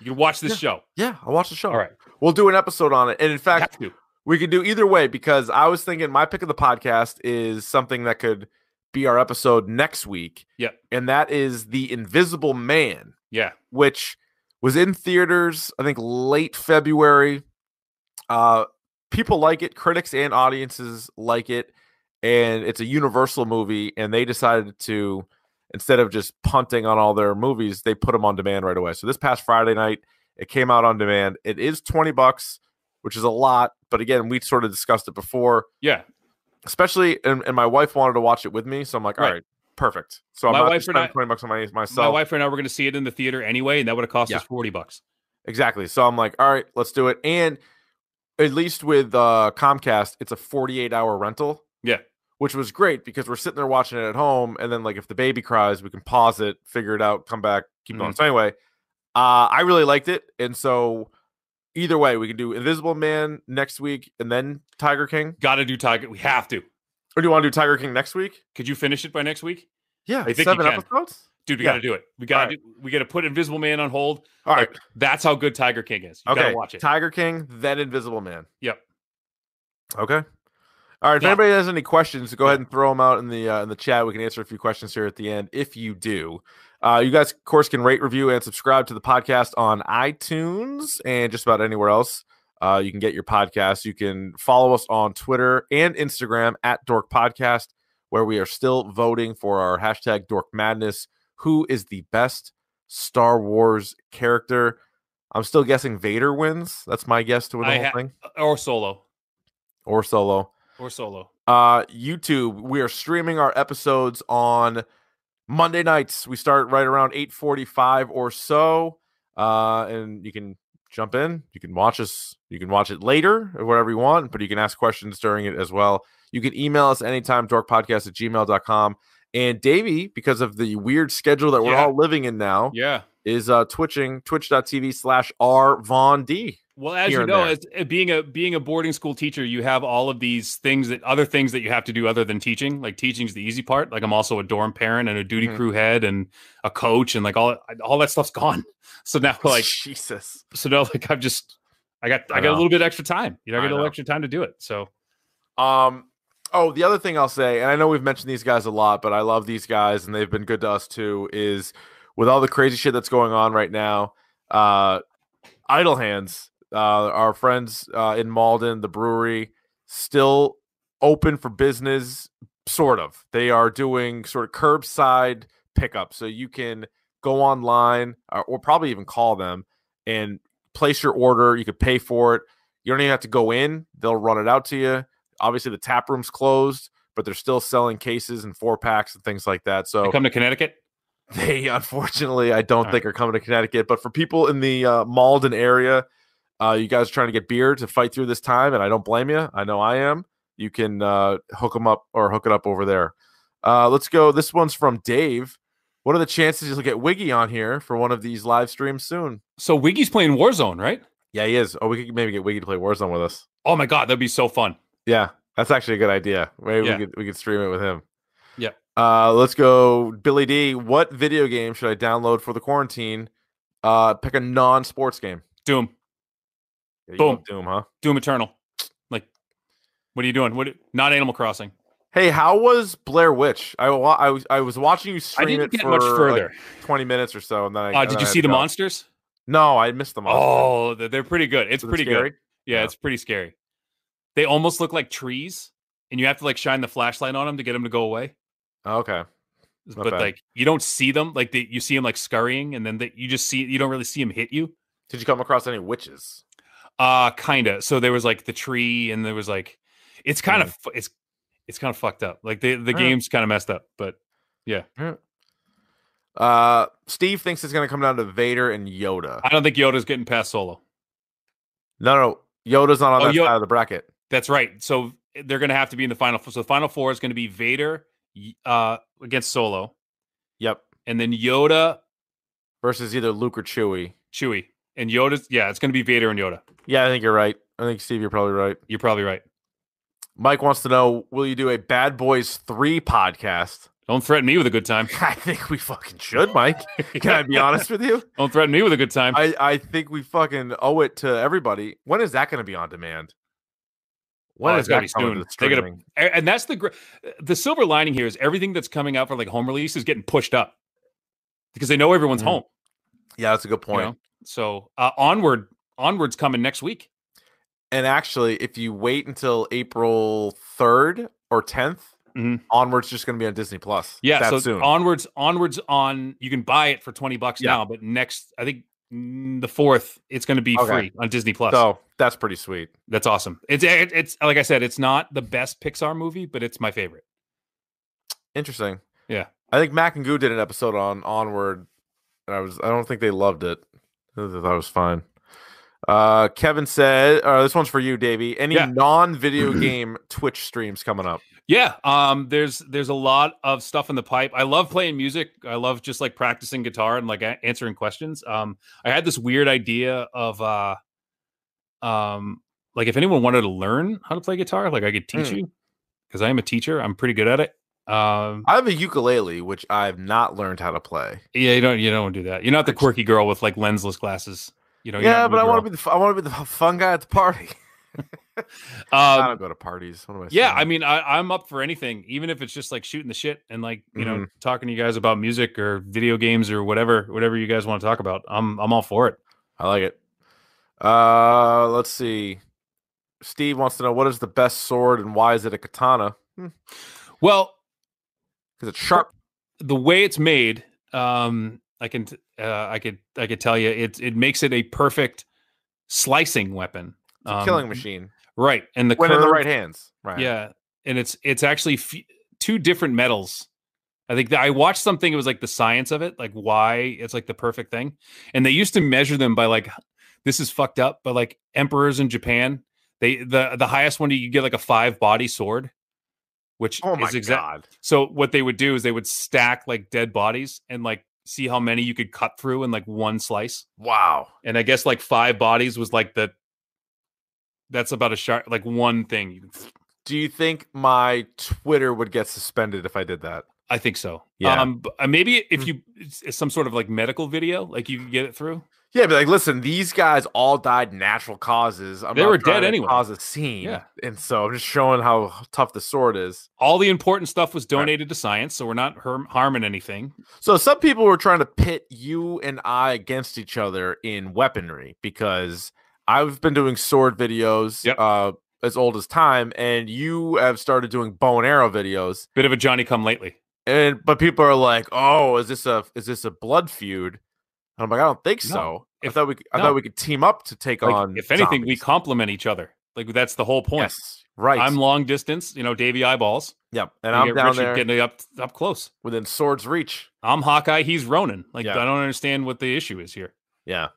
S5: You can watch this show.
S4: yeah, I'll watch the show.
S5: All right,
S4: we'll do an episode on it. And in
S5: I
S4: fact,
S5: have to.
S4: We could do either way because I was thinking my pick of the podcast is something that could be our episode next week.
S5: Yep.
S4: And that is The Invisible Man,
S5: Yeah,
S4: which was in theaters, I think late February. Uh people like it, critics and audiences like it, and it's a universal movie and they decided to instead of just punting on all their movies, they put them on demand right away. So this past Friday night, it came out on demand. It is 20 bucks, which is a lot, but again, we sort of discussed it before,
S5: yeah.
S4: especially and, and my wife wanted to watch it with me, so I'm like, all right,
S5: Right.
S4: perfect. So I'm
S5: My
S4: not
S5: wife
S4: just
S5: and I-
S4: spending 20 bucks on my
S5: My
S4: myself.
S5: wife and I were going to see it in the theater anyway, and that would have cost
S4: Yeah.
S5: us forty bucks.
S4: Exactly. So I'm like, all right, let's do it. And at least with uh, Comcast, it's a 48 hour rental.
S5: Yeah.
S4: Which was great because we're sitting there watching it at home. And then, like, if the baby cries, we can pause it, figure it out, come back, keep
S5: Mm-hmm.
S4: going. So, anyway, uh, I really liked it. And so, either way, we can do Invisible Man next week and then Tiger King.
S5: Got to do Tiger. We have to.
S4: Or do you want to do Tiger King next week?
S5: Could you finish it by next week,
S4: Yeah.
S5: think you
S4: seven
S5: can.
S4: episodes?
S5: dude? We
S4: Yeah.
S5: got to do it. We got
S4: All
S5: to. do We got to put Invisible Man on hold.
S4: All right.
S5: That's how good Tiger King is. You got
S4: okay.
S5: to watch it.
S4: Tiger King, then Invisible Man.
S5: Yep.
S4: Okay. All right. If
S5: Yeah.
S4: anybody has any questions, go ahead and throw them out in the uh, in the chat. We can answer a few questions here at the end if you do. Uh, you guys, of course, can rate, review, and subscribe to the podcast on iTunes and just about anywhere else. Uh, you can get your podcast. You can follow us on Twitter and Instagram at Dork Podcast, where we are still voting for our hashtag Dork Madness. Who is the best Star Wars character? I'm still guessing Vader wins. That's my guess to the
S5: I
S4: whole
S5: ha-
S4: thing.
S5: Or solo.
S4: Or Solo
S5: Or solo.
S4: uh youtube we are streaming our episodes on monday nights we start right around 8.45 or so uh and you can jump in you can watch us you can watch it later or whatever you want but you can ask questions during it as well you can email us anytime dorkpodcast at gmail.com and davey because of the weird schedule that we're
S5: Yeah.
S4: all living in now
S5: Yeah.
S4: is uh twitching twitch.tv slash r von d
S5: Well, as
S4: Here
S5: you
S4: and
S5: know,
S4: there.
S5: as uh, being a being a boarding school teacher, you have all of these things that other things that you have to do other than teaching. Like teaching's the easy part. Like I'm also a dorm parent and a duty
S4: Mhm.
S5: crew head and a coach and like all all that stuff's gone. So now like
S4: jesus
S5: so now like I've just I got
S4: I
S5: I, got
S4: know.
S5: a little bit extra time. You know, I
S4: I
S5: got a
S4: know.
S5: little extra time to do it. So
S4: Um. Oh, the other thing I'll say, and I know we've mentioned these guys a lot, but I love these guys, and they've been good to us too. Is with all the crazy shit that's going on right now, uh, Idle Hands, uh, our friends uh, in Malden, the brewery, still open for business, sort of. They are doing sort of curbside pickup, so you can go online uh, or probably even call them and place your order. You could pay for it. You don't even have to go in; they'll run it out to you obviously the tap room's closed but they're still selling cases and four packs and things like that so
S5: I come to Connecticut.
S4: they unfortunately i don't
S5: All
S4: think are coming to connecticut but for people in the uh, malden area uh, you guys are trying to get beer to fight through this time and i don't blame you i know i am you can uh, hook them up or hook it up over there uh, let's go this one's from dave what are the chances you'll get wiggy on here for one of these live streams soon
S5: So Wiggy's playing Warzone, right?
S4: yeah he is oh we could maybe get wiggy to play warzone with us
S5: Oh my god, that'd be so fun.
S4: Yeah, that's actually a good idea. Maybe
S5: Yeah.
S4: we could we could stream it with him.
S5: Yeah.
S4: Uh, let's go, Billy D. What video game should I download for the quarantine? Uh, pick a non-sports game.
S5: Doom.
S4: Yeah, you love
S5: Boom.
S4: Doom, huh?
S5: Doom Eternal. Like what are you doing? What not Animal Crossing.
S4: Hey, how was Blair Witch? I wa- I was I was watching you
S5: I
S4: stream
S5: didn't
S4: it
S5: get
S4: for
S5: much
S4: like,
S5: further.
S4: twenty minutes or so, and then I,
S5: uh,
S4: and then
S5: did
S4: I
S5: you
S4: had
S5: see
S4: to
S5: the
S4: go.
S5: monsters?
S4: No, I missed them all.
S5: Oh, they're they're pretty good. It's
S4: Is it
S5: pretty
S4: scary?
S5: good. Yeah,
S4: Yeah.
S5: it's pretty scary. They almost look like trees, and you have to like shine the flashlight on them to get them to go away.
S4: Okay. Not
S5: but
S4: bad.
S5: like you don't see them, like they, you see them like scurrying, and then they, you just see you don't really see them hit you.
S4: Did you come across any witches?
S5: Uh kinda. So there was like the tree, and there was like it's kind
S4: Hmm.
S5: of fu- it's it's kind of fucked up. Like the the
S4: Yeah.
S5: game's kind of messed up, but
S4: Uh, Steve thinks it's going to come down to Vader and Yoda.
S5: I don't think Yoda's getting past Solo.
S4: No, no, Yoda's not on
S5: Oh,
S4: that
S5: Yo-
S4: side of the bracket.
S5: That's right. So eh, they're going to have to be in the final. f- So the final four is going to be Vader y- uh, against Solo,
S4: Yep.
S5: and then Yoda,
S4: Versus either Luke or Chewie.
S5: Chewie, and Yoda's. Yeah, it's going to be Vader and Yoda.
S4: Yeah, I think you're right. I think Steve, you're probably right.
S5: You're probably right.
S4: Mike wants to know: Will you do a Bad Boys Three podcast?
S5: Don't threaten me with a good time.
S4: I think we fucking should, Mike. Can I be honest with you?
S5: Don't threaten me with a good time.
S4: I, I think we fucking owe it to everybody. When is that going to be on demand? When
S5: Oh,
S4: is
S5: it's
S4: that
S5: gotta be
S4: coming to
S5: soon.
S4: the
S5: They gotta-
S4: streaming?
S5: A- and that's the gr- the silver lining here is everything that's coming out for like home release is getting pushed up because they know everyone's
S4: Mhm.
S5: home.
S4: Yeah, that's a good
S5: you
S4: point.
S5: know? So uh, onward, onward's coming next week.
S4: And actually, if you wait until April third or 10th
S5: Mhm.
S4: onwards, just going to be on Disney Plus.
S5: Yeah,
S4: that
S5: so
S4: soon.
S5: onwards, onwards on. You can buy it for twenty bucks
S4: Yeah.
S5: now, but next, I think mm, the fourth, it's going to be
S4: Okay.
S5: free on Disney Plus.
S4: so that's pretty sweet.
S5: That's awesome. It's it, it's like I said, it's not the best Pixar movie, but it's my favorite.
S4: Interesting.
S5: Yeah.
S4: I think Mac and Goo did an episode on Onward, and I was I don't think they loved it. I thought it was fine. Uh, Kevin said, uh, "This one's for you, Davey. Any
S5: Yeah.
S4: non-video game Twitch streams coming up?
S5: Yeah, um, there's there's a lot of stuff in the pipe. I love playing music. I love just like practicing guitar and like a- answering questions. Um, I had this weird idea of uh, um, like if anyone wanted to learn how to play guitar, like I could teach
S4: Hmm.
S5: you because I am a teacher. I'm pretty good at it. Um,
S4: I have a ukulele, which I've not learned how to play.
S5: yeah, you don't you don't do that. You're not the quirky girl with like lensless glasses. Oh, You know. you're
S4: yeah,
S5: not
S4: but I want to
S5: Be-
S4: be the f- I want to be the f- fun guy at the party. I
S5: um,
S4: don't go to parties. What am I?
S5: yeah,
S4: saying?
S5: I mean, I, I'm up for anything, even if it's just like shooting the shit and like you know
S4: Mhm.
S5: talking to you guys about music or video games or whatever, whatever you guys want to talk about. I'm I'm all for it.
S4: I like it. Uh, let's see. Steve wants to know what is the best sword and why is it a katana?
S5: Well,
S4: Because it's sharp.
S5: the way it's made, um, I can t- uh, I could I could tell you it it makes it a perfect slicing weapon,
S4: It's a
S5: Um,
S4: killing machine.
S5: right? And the
S4: when in the
S5: curve-
S4: right hands. Right.
S5: Yeah, and it's it's actually f- two different metals. I think that I watched something. It was like the science of it, like why it's like the perfect thing. And they used to measure them by like this is fucked up, but like emperors in Japan, they the the highest one you get like a five body sword, which
S4: Oh my
S5: is exact.
S4: god.
S5: So what they would do is they would stack like dead bodies and like see how many you could cut through in like one slice
S4: Wow.
S5: and I guess like five bodies was like the that's about a shark like one thing. You can,
S4: Do you think my Twitter would get suspended if I did that?
S5: I think so.
S4: Yeah. Hmm.
S5: Um, b- uh, maybe if you it's, it's some sort of like medical video, like you can get it through.
S4: Yeah, but like, listen, these guys all died natural causes. I'm
S5: They
S4: not
S5: were dead
S4: trying to
S5: anyway.
S4: Cause a scene.
S5: Yeah.
S4: And so I'm just showing how tough the sword is.
S5: All the important stuff was donated to science, so we're not harm harming anything.
S4: So some people were trying to pit you and I against each other in weaponry because I've been doing sword videos
S5: Yep.
S4: uh, as old as time, and you have started doing bow and arrow videos.
S5: Bit of a Johnny come lately.
S4: and but people are like, "Oh, is this a is this a blood feud?" And I'm like, "I don't think
S5: No.
S4: so. I
S5: If-
S4: thought we c- I
S5: no.
S4: thought we could team up to take
S5: Like,
S4: on.
S5: if anything, we
S4: zombies.
S5: complement each other. Like that's the whole point.
S4: yes, right.
S5: I'm long distance, you know, Davy eyeballs,
S4: yep, and
S5: You
S4: I'm
S5: get
S4: down
S5: Richard
S4: there
S5: getting up up close.
S4: within sword's reach.
S5: I'm Hawkeye, he's Ronin. Like
S4: Yeah.
S5: I don't understand what the issue is here.
S4: Yeah,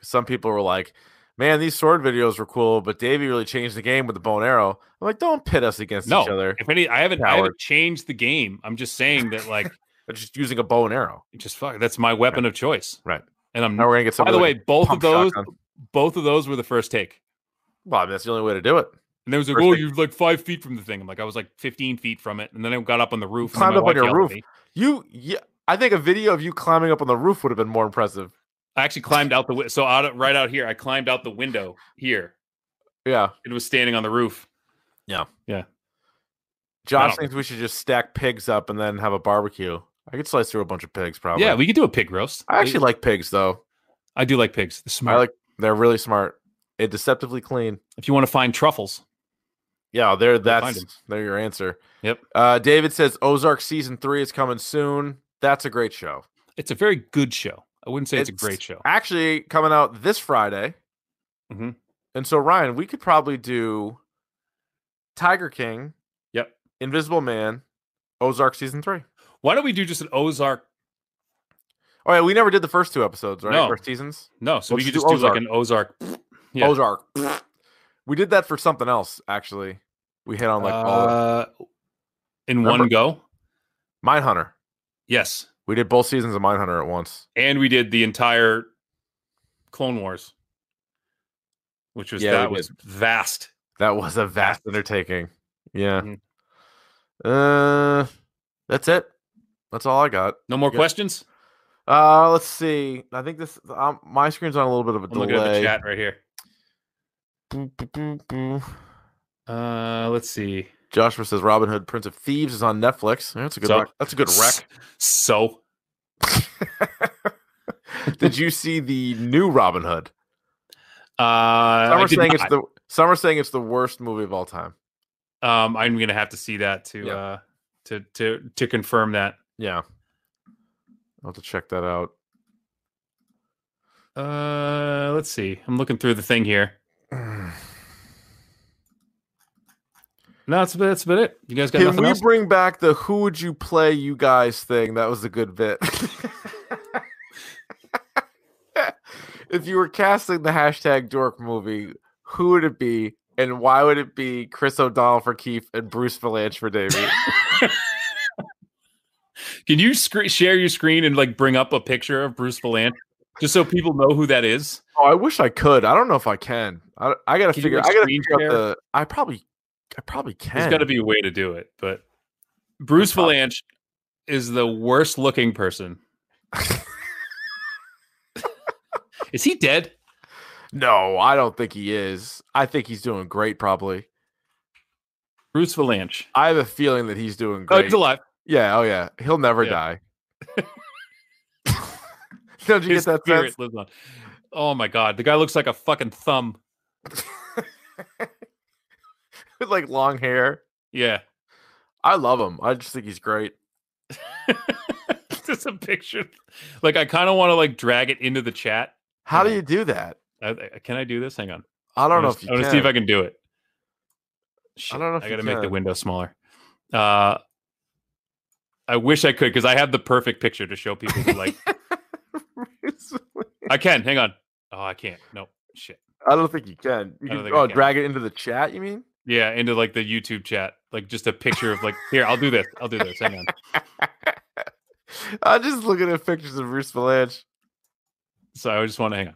S4: some people were like, "Man, these sword videos were cool, but Davey really changed the game with the bow and arrow." I'm like, "Don't pit us against
S5: No,
S4: each other.
S5: if any, I haven't, I
S4: Coward.
S5: haven't changed the game. I'm just saying that, like,
S4: They're just using a bow and arrow."
S5: just fuck. That's my weapon of choice.
S4: Right.
S5: And I'm.
S4: Now we're gonna get some.
S5: Mm. by the way, both of
S4: pump
S5: those,
S4: shotgun.
S5: both of those were the first take.
S4: well, I mean, that's the only way to do it.
S5: And there was like,
S4: First
S5: oh,
S4: take.
S5: you're like five feet from the thing. I'm like, I was like 15 feet from it, and then I got up on the roof. and
S4: climbed
S5: my
S4: up on
S5: wife
S4: your
S5: yelled at
S4: roof.
S5: me.
S4: You, yeah, I think a video of you climbing up on the roof would have been more impressive.
S5: I actually climbed out the wi- so out right out here. I climbed out the window here.
S4: Yeah.
S5: It was standing on the roof.
S4: Josh
S5: No.
S4: thinks we should just stack pigs up and then have a barbecue. Oh, I could slice through a bunch of pigs, probably.
S5: Yeah, we could do a pig roast.
S4: I actually like pigs though.
S5: I do like pigs. They're
S4: I
S5: smart.
S4: like they're really smart. It deceptively clean.
S5: if you want to find truffles,
S4: Yeah, they're
S5: find
S4: that's
S5: 'em.
S4: they're your answer.
S5: Yep.
S4: Uh, David says Ozark season three is coming soon. That's a great show.
S5: it's a very good show. I wouldn't say it's, a great show.
S4: Actually, coming out this Friday.
S5: Mhm.
S4: And so Ryan, we could probably do Tiger King,
S5: Yep.
S4: Invisible Man, Ozark season three.
S5: Why don't we do just an Ozark?
S4: All right, Oh, we never did the first two episodes, right?
S5: No.
S4: Or seasons.
S5: No, so
S4: Let's
S5: we could
S4: do
S5: just do,
S4: Ozark.
S5: like an Ozark. Yeah.
S4: Ozark. We did that for something else, actually. We hit on like all of
S5: uh, in
S4: Remember-
S5: one go.
S4: Mindhunter.
S5: Yes,
S4: We did both seasons of Mindhunter at once.
S5: and we did the entire Clone Wars, which was
S4: Yeah,
S5: that
S4: we
S5: was vast.
S4: That was a vast undertaking. Yeah.
S5: Mhm. Mm-hmm.
S4: Uh that's it. That's all I got.
S5: No more
S4: Yeah.
S5: questions.
S4: Uh let's see. I think this um, my screen's on a little bit of a
S5: I'm looking at the
S4: delay.
S5: chat right here.
S4: Boop, boop, boop, boop.
S5: Uh, let's see.
S4: Joshua says Robin Hood Prince of Thieves is on Netflix. That's a good
S5: So-
S4: rec- that's a good wreck.
S5: So
S4: Did you see the new Robin Hood?
S5: uh, I
S4: Some are
S5: did
S4: saying
S5: not.
S4: it's the some are saying it's the worst movie of all time.
S5: um, I'm gonna have to see that to
S4: Yeah.
S5: uh, to to to confirm that.
S4: Yeah. I'll have to check that out.
S5: Uh, let's see. I'm looking through the thing here. No, that's that's about it. You guys got
S4: Can
S5: nothing
S4: we
S5: else?
S4: bring back the who would you play you guys thing? That was a good bit. if you were casting the hashtag dork movie, who would it be? And why would it be Chris O'Donnell for Keith and Bruce Valanche for Davey?
S5: Can you scre- share your screen and like bring up a picture of Bruce Valanche just so people know who that is?
S4: oh, I wish I could. I don't know if I can. I, I gotta
S5: Can you,
S4: figure.
S5: like,
S4: I gotta
S5: screen
S4: figure
S5: share?
S4: out the. I probably, I probably can.
S5: There's got to be a way to do it, but Bruce
S4: Probably.
S5: Valanche is the worst looking person. is he dead?
S4: No, I don't think he is. I think he's doing great. Probably.
S5: Bruce Valanche.
S4: I have a feeling that he's doing
S5: Oh,
S4: great.
S5: he's alive.
S4: Yeah, oh yeah. He'll never
S5: Yeah.
S4: die. Don't you
S5: His
S4: get that
S5: spirit
S4: sense?
S5: lives on. Oh my god, the guy looks like a fucking thumb.
S4: With like long hair.
S5: Yeah.
S4: I love him. I just think he's great.
S5: just a picture. Like I kind of want to like drag it into the chat.
S4: How do
S5: Yeah.
S4: you do that?
S5: I, I- can I do this? Hang on.
S4: I don't know if
S5: I'm
S4: you
S5: gonna
S4: can.
S5: see if I can do it.
S4: I don't know if
S5: I
S4: you
S5: gotta make the
S4: can.
S5: window smaller. Uh, I wish I could because I have the perfect picture to show people. Who, like I can. Hang on. Oh, I can't. Nope. Shit.
S4: I don't think you can. You
S5: I don't
S4: can
S5: think I
S4: oh,
S5: can.
S4: drag it into the chat, you mean?
S5: Yeah, into like the YouTube chat, like just a picture of like here. I'll do this. I'll do this. Hang on.
S4: I'm just looking at pictures of Bruce Valanche.
S5: So I just want to hang on.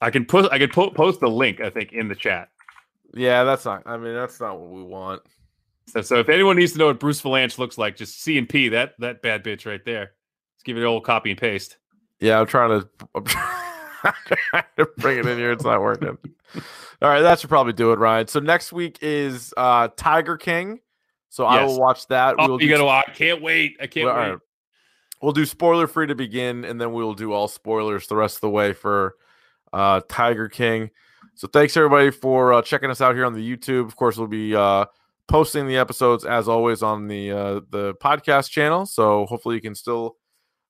S5: I can put. I could po- post the link. I think in the chat.
S4: Yeah, that's not I mean, that's not what we want.
S5: So, so if anyone needs to know what Bruce Valanche looks like, just C and P that that bad bitch right there. Let's give it an old copy and paste.
S4: Yeah, I'm trying to I'm trying to bring it in here. It's not working. All right, that should probably do it, Ryan. So next week is uh Tiger King. So I
S5: Yes.
S4: will watch that.
S5: Oh,
S4: we'll
S5: you
S4: do
S5: gotta! I can't wait. I can't
S4: Well, all
S5: wait.
S4: right. We'll do spoiler free to begin, and then we'll do all spoilers the rest of the way for uh, Tiger King. So thanks everybody for uh, checking us out here on the YouTube. Of course, we'll be uh, posting the episodes as always on the uh, the podcast channel. So hopefully you can still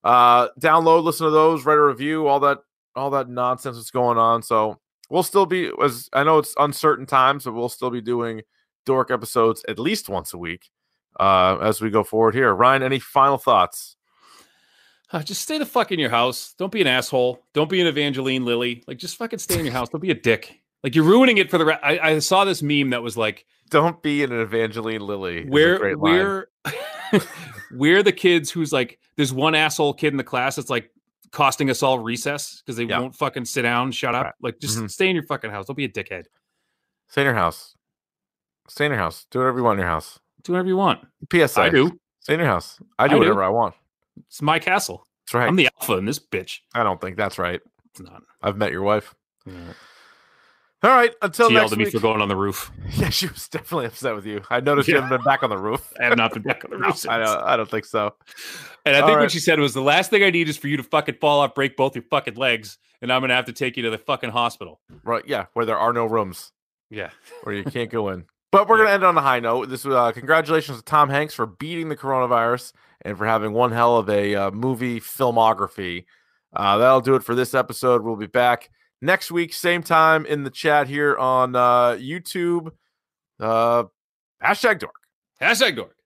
S4: uh, download, listen to those, write a review, all that all that nonsense that's going on. So we'll still be as I know it's uncertain times, but we'll still be doing dork episodes at least once a week uh, as we go forward here. Ryan, any final thoughts?
S5: Uh, just stay the fuck in your house. Don't be an asshole. Don't be an Evangeline Lilly. Like, just fucking stay in your house. Don't be a dick. Like, you're ruining it for the. Re- I, I saw this meme that was like,
S4: Don't be an Evangeline Lilly. is a
S5: where,
S4: great line.
S5: where, where the kids who's like, there's one asshole kid in the class that's like costing us all recess because they
S4: Yeah.
S5: won't fucking sit down, shut up.
S4: Right.
S5: Like, just
S4: Mhm.
S5: stay in your fucking house. Don't be a dickhead.
S4: stay in your house. Stay in your house. Do whatever you want in your house.
S5: Do whatever you want.
S4: PSA.
S5: I do.
S4: Stay in your house. I do
S5: I do.
S4: whatever I want.
S5: It's my castle.
S4: That's right.
S5: I'm the alpha in this bitch.
S4: I don't think that's right.
S5: It's not.
S4: I've met your wife. All right. Until
S5: She
S4: next
S5: yelled at me
S4: week.
S5: for going on the roof.
S4: Yeah, she was definitely upset with you. I noticed you
S5: Yeah.
S4: haven't been back on the roof.
S5: I have not been back on the roof since.
S4: I don't, I don't think so.
S5: And I
S4: All
S5: think
S4: right.
S5: what she said was the last thing I need is for you to fucking fall off, break both your fucking legs, and I'm gonna have to take you to the fucking hospital.
S4: Right. Yeah. Where there are no rooms.
S5: Yeah.
S4: where you can't go in. But we're
S5: Yeah.
S4: gonna end on a high note. This uh, congratulations to Tom Hanks for beating the coronavirus and for having one hell of a uh, movie filmography. Uh, that'll do it for this episode. We'll be back next week, same time in the chat here on uh, YouTube. Uh, hashtag Dork.
S5: Hashtag door.